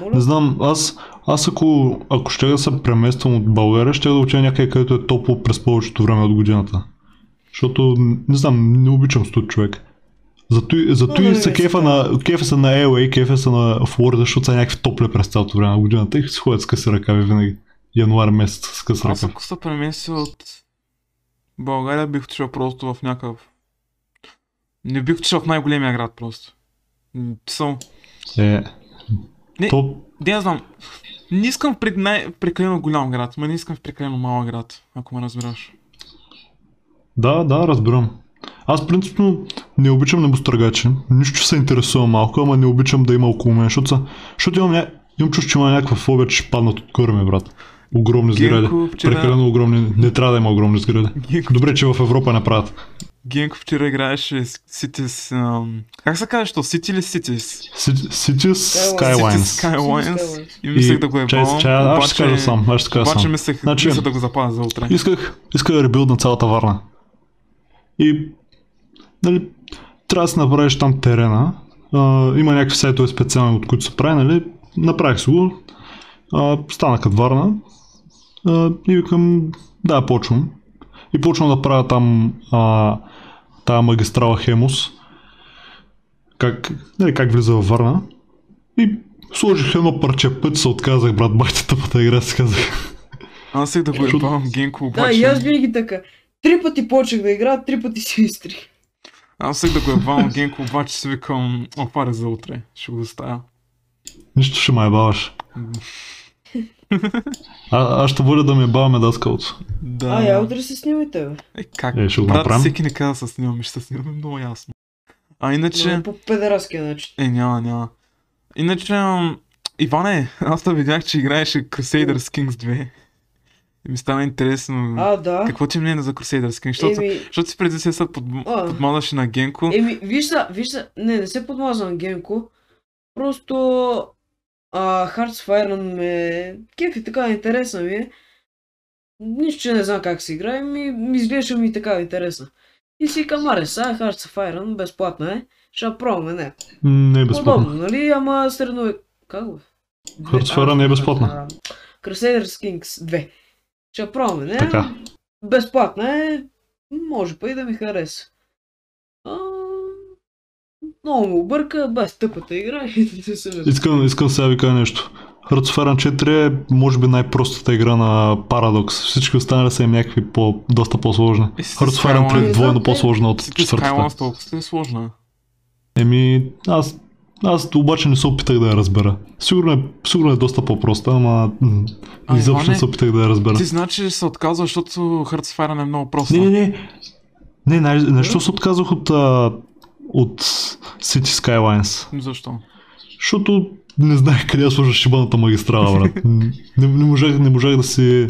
Speaker 2: моля.
Speaker 1: Не знам, аз, аз ако, ако ще да се премествам от България, ще да отида някъде, където е топло през повечето време от годината. Защото, не знам, не обичам студ човек. Зато, и- зато
Speaker 2: Много
Speaker 1: и
Speaker 2: ми
Speaker 1: се
Speaker 2: е
Speaker 1: кефа на, кефа са на LA, кефа са на Флорида, защото са някакви топли през цялото време на годината и си ходят с къси ръкави винаги. Януар месец с къси
Speaker 3: Аз
Speaker 1: ръкави.
Speaker 3: ако се преместя от България, бих отишъл просто в някакъв... Не бих отишъл в най-големия град просто. М, Съм...
Speaker 1: Е,
Speaker 3: Не.
Speaker 1: то,
Speaker 3: Не, аз знам. Не искам в пред най- прекалено голям град, ма не искам в прекалено малък град, ако ме разбираш.
Speaker 1: Да, да, разбирам. Аз принципно не обичам небостъргачи. Нищо, че се интересувам малко, ама не обичам да има около мен, защото, са- защото имам, ня... имам чувство, че има някаква фобия, че ще паднат от кърме, брат. Огромни сгради.
Speaker 3: Генко вчера,
Speaker 1: Прекалено огромни. Не трябва да има огромни сгради.
Speaker 3: Генко,
Speaker 1: Добре, че в Европа не правят.
Speaker 3: Генко вчера играеше с Cities... ам, Как се казва, то? City или Cities?
Speaker 1: Си- Cities
Speaker 3: Cities
Speaker 1: Skylines.
Speaker 3: Е, Skylines.
Speaker 2: Skylines.
Speaker 3: И мислех да го е
Speaker 1: чай, чай, аз ще кажа сам. Аз ще кажа
Speaker 3: Обаче
Speaker 1: сам.
Speaker 3: мислех,
Speaker 1: Значи-
Speaker 3: мислех да го запазя за утре.
Speaker 1: Исках, исках да ребилд на цялата Варна. И, нали, трябва да си направиш там терена. А, има някакви сайтове специални, от които се прави, нали. Направих си го. А, стана като Варна. А, и викам, да, почвам. И почвам да правя там а, тая магистрала Хемус. Как, нали, как влиза във Варна. И сложих едно парче път, се отказах, брат, бахте тъпата игра, се казах.
Speaker 3: Аз исках да го
Speaker 1: Защото-
Speaker 3: ебавам Генко,
Speaker 2: Да, и
Speaker 3: обаче...
Speaker 2: аз винаги така. Три пъти почех да игра, три пъти си изтрих.
Speaker 3: Аз исках да го ебавам Генко, обаче си викам... О, това е за утре. Ще го оставя.
Speaker 1: Нищо ще ме ебаваш. А, аз ще бъда да ме баваме даскалото.
Speaker 3: Да.
Speaker 2: А, я утре се снимайте, бе.
Speaker 3: Е, как?
Speaker 1: Е, ще го
Speaker 3: Брат,
Speaker 1: направим.
Speaker 3: всеки ни каза да се снимаме, ще се снимаме много ясно. А иначе...
Speaker 2: Много По педераския начин.
Speaker 3: Е, няма, няма. Иначе, ам, Иване, аз те видях, че играеш Crusaders Kings 2. И ми стана интересно.
Speaker 2: А, да.
Speaker 3: Какво ти е мнение за Crusaders Kings? Защото,
Speaker 2: Еми,
Speaker 3: защото си преди се под,
Speaker 2: А.
Speaker 3: подмадаше на Генко.
Speaker 2: Еми, виж са, виж са, не, не се подмазвам Генко. Просто а, Hearts of Iron ме... Кефи, така, интересна ми е. Нищо, че не знам как се играе, ми, ми изглежда ми е така интересна. И си камаре, сега Hearts of Iron, безплатна е. Ще я пробваме, не.
Speaker 1: М, Не е безплатно.
Speaker 2: Удобно, нали? Ама средно е... Как го?
Speaker 1: Hearts of Iron не е безплатна.
Speaker 2: А, Crusaders Kings 2. Ще я пробваме, не?
Speaker 1: Така.
Speaker 2: Безплатна е. Може па и да ми хареса. А... Много му обърка, без тъпата игра и да се
Speaker 3: Е,
Speaker 2: ме...
Speaker 1: Искам, искам сега ви кажа е нещо. Hearthstone 4 е, може би, най-простата игра на Paradox. Всички останали са им някакви по, доста по-сложни.
Speaker 3: Е, си
Speaker 1: Hearthstone 3 е
Speaker 3: Skylines.
Speaker 1: двойно по-сложна от
Speaker 3: City
Speaker 1: четвъртата.
Speaker 3: Skylines толкова ли е сложна.
Speaker 1: Еми, аз, аз обаче не се опитах да я разбера. Сигурно е, сигурно е доста по-проста, ама м,
Speaker 3: А,
Speaker 1: изобщо не
Speaker 3: Иване,
Speaker 1: се опитах да я разбера.
Speaker 3: Ти значи се отказва, защото Hearts of Iron е много проста.
Speaker 1: Не, не, не. Не, най- защо се отказах от, а, от City Skylines?
Speaker 3: Защо?
Speaker 1: Защото не знаех къде да сложа шибаната магистрала, брат. Не, не, можах, не можах да си...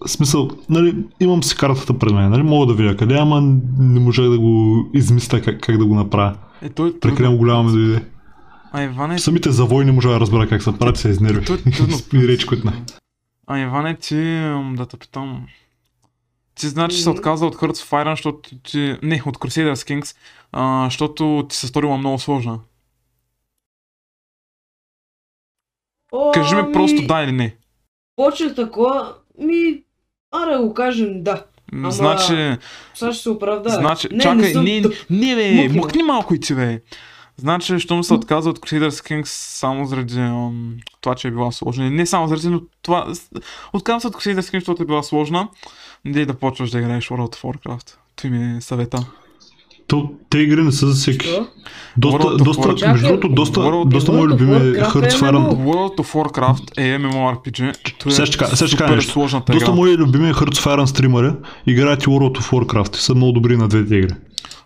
Speaker 1: В смисъл, нали, имам си картата пред мен, нали, мога да видя къде, ама не можах да го измисля как, как да го направя.
Speaker 3: Е, той е трудно.
Speaker 1: Прекалено голяма ми дойде.
Speaker 3: А, Иване,
Speaker 1: Самите завои не можах да разбера как се правят, се изнервих.
Speaker 3: То е трудно.
Speaker 1: И реч, които не.
Speaker 3: А, Иване, ти, м, да те питам. Ти значи се
Speaker 2: Мгм.
Speaker 3: отказа от Hearts of Iron, защото ти... Не, от Crusaders Kings, а, защото ти се сторила много сложна.
Speaker 2: О,
Speaker 3: Кажи ми
Speaker 2: ми,
Speaker 3: просто да или не.
Speaker 2: Почнах такова, ми... Аре го кажем да.
Speaker 3: М,
Speaker 2: Ама-
Speaker 3: Значи...
Speaker 2: Сега ще се оправдая.
Speaker 3: значи...
Speaker 2: не,
Speaker 3: чакай,
Speaker 2: не, съм
Speaker 3: не,
Speaker 2: тъп.
Speaker 3: не, бе,
Speaker 2: Мъкни ме.
Speaker 3: мъкни малко и ти, бе. Значи, щом се отказа от Crusaders Kings само заради ам, това, че е била сложна. Не само заради, но това... с- Отказа се от Crusaders Kings, защото е била сложна. Не да почваш да играеш World of Warcraft. Той ми е съвета.
Speaker 1: То, те игри не са за всеки.
Speaker 2: Що?
Speaker 1: Доста,
Speaker 3: World of
Speaker 1: доста,
Speaker 3: Warcraft.
Speaker 1: между другото, доста,
Speaker 3: World of
Speaker 1: доста мои
Speaker 2: Warcraft
Speaker 1: любими
Speaker 2: е
Speaker 1: Hearts of Iron
Speaker 2: MMO.
Speaker 3: World of Warcraft е MMORPG. Той е
Speaker 1: Сега ще ка- сега ще кажа
Speaker 3: супер
Speaker 1: нещо.
Speaker 3: сложната
Speaker 1: Доста
Speaker 3: игра.
Speaker 1: мои любими е Hearts of Iron стримери играят и World of Warcraft и са много добри на двете игри.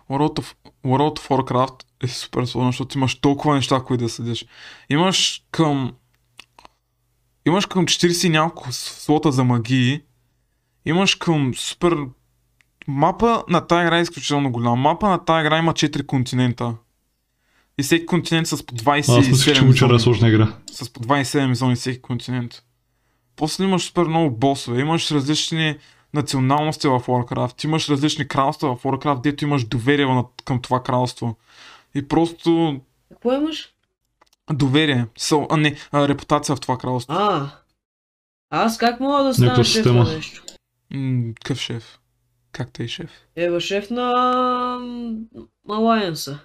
Speaker 3: World of, World of Warcraft е супер сложно, защото имаш толкова неща, които да съдиш. Имаш към... Имаш към 40 и няколко с- слота за магии. Имаш към супер... Мапа на тази игра е изключително голяма. Мапа на тази игра има 4 континента. И всеки континент с по 27
Speaker 1: Аз мисля, че му вчера е
Speaker 3: зони.
Speaker 1: сложна игра.
Speaker 3: С по 27 зони всеки континент. После имаш супер много босове, имаш различни националности в Warcraft, имаш различни кралства в Warcraft, дето имаш доверие на- към това кралство. И просто
Speaker 2: Какво имаш?
Speaker 3: доверие, со, а не, а, репутация в това кралство.
Speaker 2: А, аз как мога да стана шеф
Speaker 1: система.
Speaker 2: на нещо?
Speaker 3: М, Какъв шеф? Как те е шеф?
Speaker 2: Ева шеф на м, Алайенса.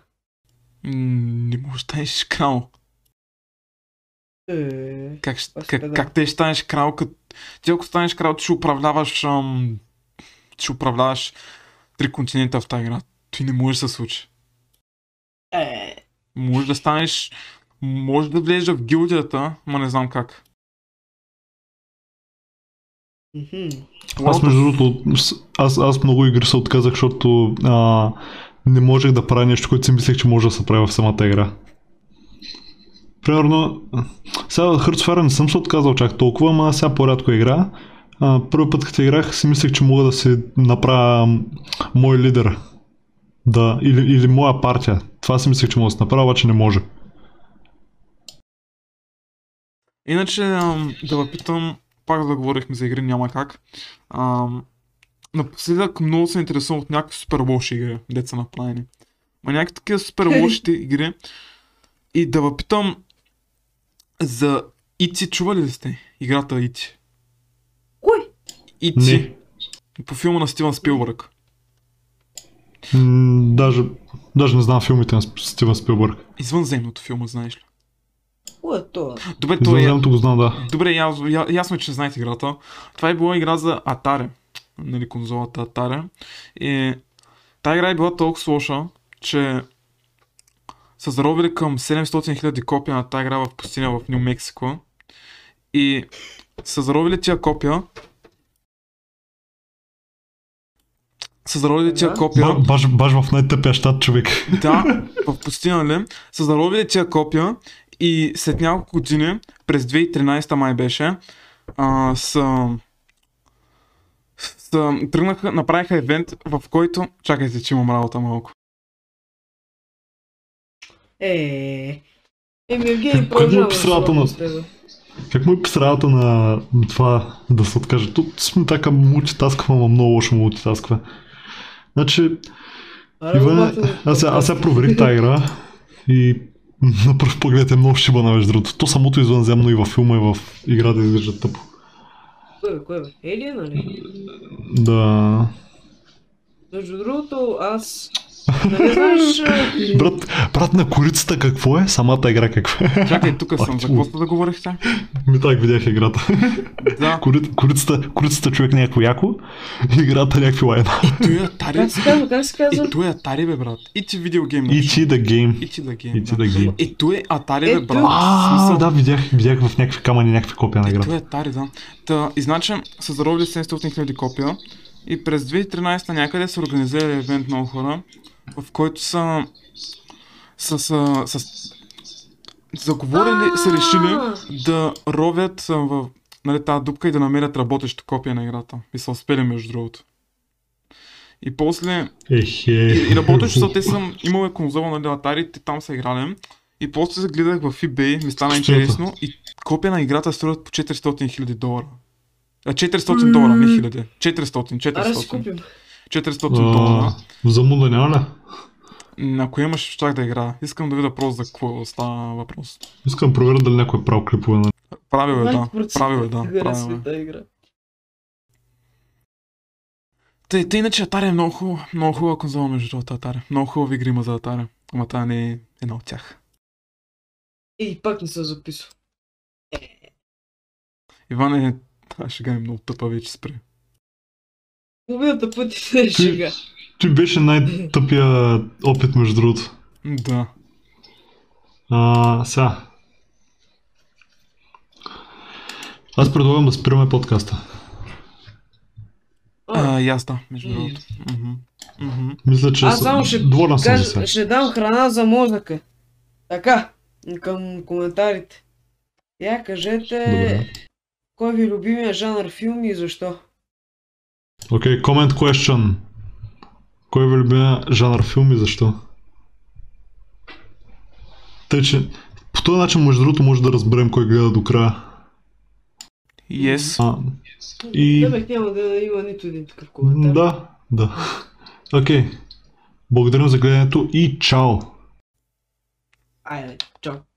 Speaker 3: М, Не можеш да станеш крал.
Speaker 2: Е,
Speaker 3: Как, ще-
Speaker 2: Аз
Speaker 3: как,
Speaker 2: да.
Speaker 3: как те ще станеш крал? Като... Ти ако станеш крал, ти ще управляваш... Ам... ти Ще управляваш три континента в тази игра. Ти не можеш да се случи.
Speaker 2: е,
Speaker 3: Може да станеш... Може да влезеш в гилдията, ма не знам как.
Speaker 2: мгм.
Speaker 1: Аз между другото, с- аз, аз много игри се отказах, защото а, не можех да правя нещо, което си мислех, че може да се прави в самата игра. Примерно, сега Hearts of Iron не съм се отказал чак толкова, ама сега по-рядко игра. А, първи път като играх си мислех, че мога да си направя м, мой лидер. Да, или, или моя партия. Това си мислех, че мога да се направя, обаче не може.
Speaker 3: Иначе ам, да ви питам, пак да говорихме за игри, няма как. Ам, напоследък много се интересувам от някакви супер лоши игри, деца направени. Ма някакви такива супер лошите игри. И да ви питам за Ити, чували ли сте играта Ити?
Speaker 2: Кой?
Speaker 3: Ити. По филма на Стивън Спилбърг.
Speaker 1: М, даже, даже не знам филмите на Сп- Стивън Спилбърг.
Speaker 3: Извънземното филма, знаеш ли?
Speaker 2: Кой е това?
Speaker 3: Добре, той е...
Speaker 1: Извънземното го знам, да.
Speaker 3: Добре, ясно, я, ясно е, че не знаете играта. Това е била игра за Atari. Нали, конзолата Atari. И тази игра е била толкова лоша, че са заробили към 700 000 копия на тази игра в пустиня в Нью Мексико. И са заробили тия копия. Са заробили тия
Speaker 2: Да.
Speaker 3: копия.
Speaker 1: Ба- Баш, баш в най-тъпия щат човек.
Speaker 3: Да, в пустиня ли? Са заробили тия копия и след няколко години, през 2013 май беше, а, са, са, тръгнаха, направиха евент, в който... Чакайте, че имам работа малко.
Speaker 2: Е, Еми,
Speaker 1: Как-
Speaker 2: Евгений,
Speaker 1: кой му е
Speaker 2: продължаваме
Speaker 1: писалата
Speaker 2: срока
Speaker 1: на-
Speaker 2: с тебе.
Speaker 1: Как му е посредата на това да се откаже? Тук сме така мултитасква, ама много лошо мултитасква. Значи,
Speaker 2: Ара,
Speaker 1: Иване,
Speaker 3: е
Speaker 2: обаче-
Speaker 1: аз, сега- аз сега проверих
Speaker 2: е,
Speaker 1: тази игра и на пръв поглед е много шибана между другото. То самото извънземно и във филма и в играта изглежда тъпо.
Speaker 2: Кой бе, кой бе? Елия, нали?
Speaker 1: Да.
Speaker 2: Между другото, аз... Нали знаеш... а,
Speaker 1: Брат, брат на корицата какво е? Самата игра каква е?
Speaker 3: Чакай, тук
Speaker 1: Ах,
Speaker 3: съм. За
Speaker 1: чу.
Speaker 3: какво сте да говорихте?
Speaker 1: Ми так видях играта.
Speaker 3: Да,
Speaker 1: Кори- корицата, корицата човек някакво яко, играта някакви лайна.
Speaker 3: той е Atari.
Speaker 2: Как се казва, как се казва?
Speaker 3: И той е Atari, бе, брат. И ти видеогейм. нали?
Speaker 1: И ти да гейм.
Speaker 3: И ти да гейм.
Speaker 1: И ти да гейм.
Speaker 3: И той е Atari, бе,
Speaker 2: Ето.
Speaker 3: брат. В
Speaker 1: А,
Speaker 3: смисъл,
Speaker 1: да, видях, видях в някакви камъни някакви копия на
Speaker 3: Е,
Speaker 1: играта.
Speaker 3: това е тари, да. Та, и значи са заробили 700 000 копия и през 2013 някъде са организирали евент много хора, в който са са, са, са заговорили, са решили да ровят а, в нали, тази дупка и да намерят работещо копия на играта. И са успели между другото. И после
Speaker 1: Ехе.
Speaker 3: и работещо, защото те съм имал конзола на Atari, те там са играли. И после загледах в eBay, ми стана
Speaker 1: Стоята.
Speaker 3: интересно и копия на играта струват по 400 000 долара. А 400 долара, не 1000.
Speaker 1: е
Speaker 3: 400,
Speaker 2: Ара си
Speaker 3: 400.
Speaker 2: купим.
Speaker 3: 400 долара.
Speaker 1: А, Замуда няма ли?
Speaker 3: М, Ако имаш, щях да игра. Искам да видя просто за какво става въпрос.
Speaker 1: Искам да проверя дали някой е правил клипове на...
Speaker 3: Правил е, да.
Speaker 2: 20%
Speaker 3: Правил е, да. Правил е.
Speaker 2: Харесва тази игра.
Speaker 3: Тъй, тъй иначе Atari е много хубава, много хубава конзола между другото Atari. Много хубави игри има за Atari. Ама тя не е една от тях.
Speaker 2: Ей, Е, пак не се записва.
Speaker 3: Иван е... Та шега е много тъпа вече спре.
Speaker 2: Половината пъти не е
Speaker 1: Ти-
Speaker 2: шега.
Speaker 1: Ти беше най-тъпия опит между другото.
Speaker 3: М, Да.
Speaker 1: А, сега. Аз предлагам да спираме подкаста.
Speaker 2: А,
Speaker 3: А, и аз да, между
Speaker 2: М.
Speaker 3: другото. Мгм. Мгм.
Speaker 1: Мисля, че
Speaker 2: Аз
Speaker 1: съм-
Speaker 2: само ще
Speaker 1: доволен съм за сега.
Speaker 2: Кажа, ще дам храна за мозъка. Така, към коментарите. Я кажете,
Speaker 1: Добре.
Speaker 2: кой ви е любимия жанр филми и защо?
Speaker 1: Окей, comment question. е Кой ви любимия жанр филм и защо? Тъй, че по този начин, между другото, може да разберем кой гледа до края.
Speaker 3: Yes.
Speaker 1: А, И-
Speaker 2: Да, бе, няма да има нито един такъв коментар.
Speaker 1: да, да. Окей. Благодарим за гледането и чао!
Speaker 2: Айде, чао.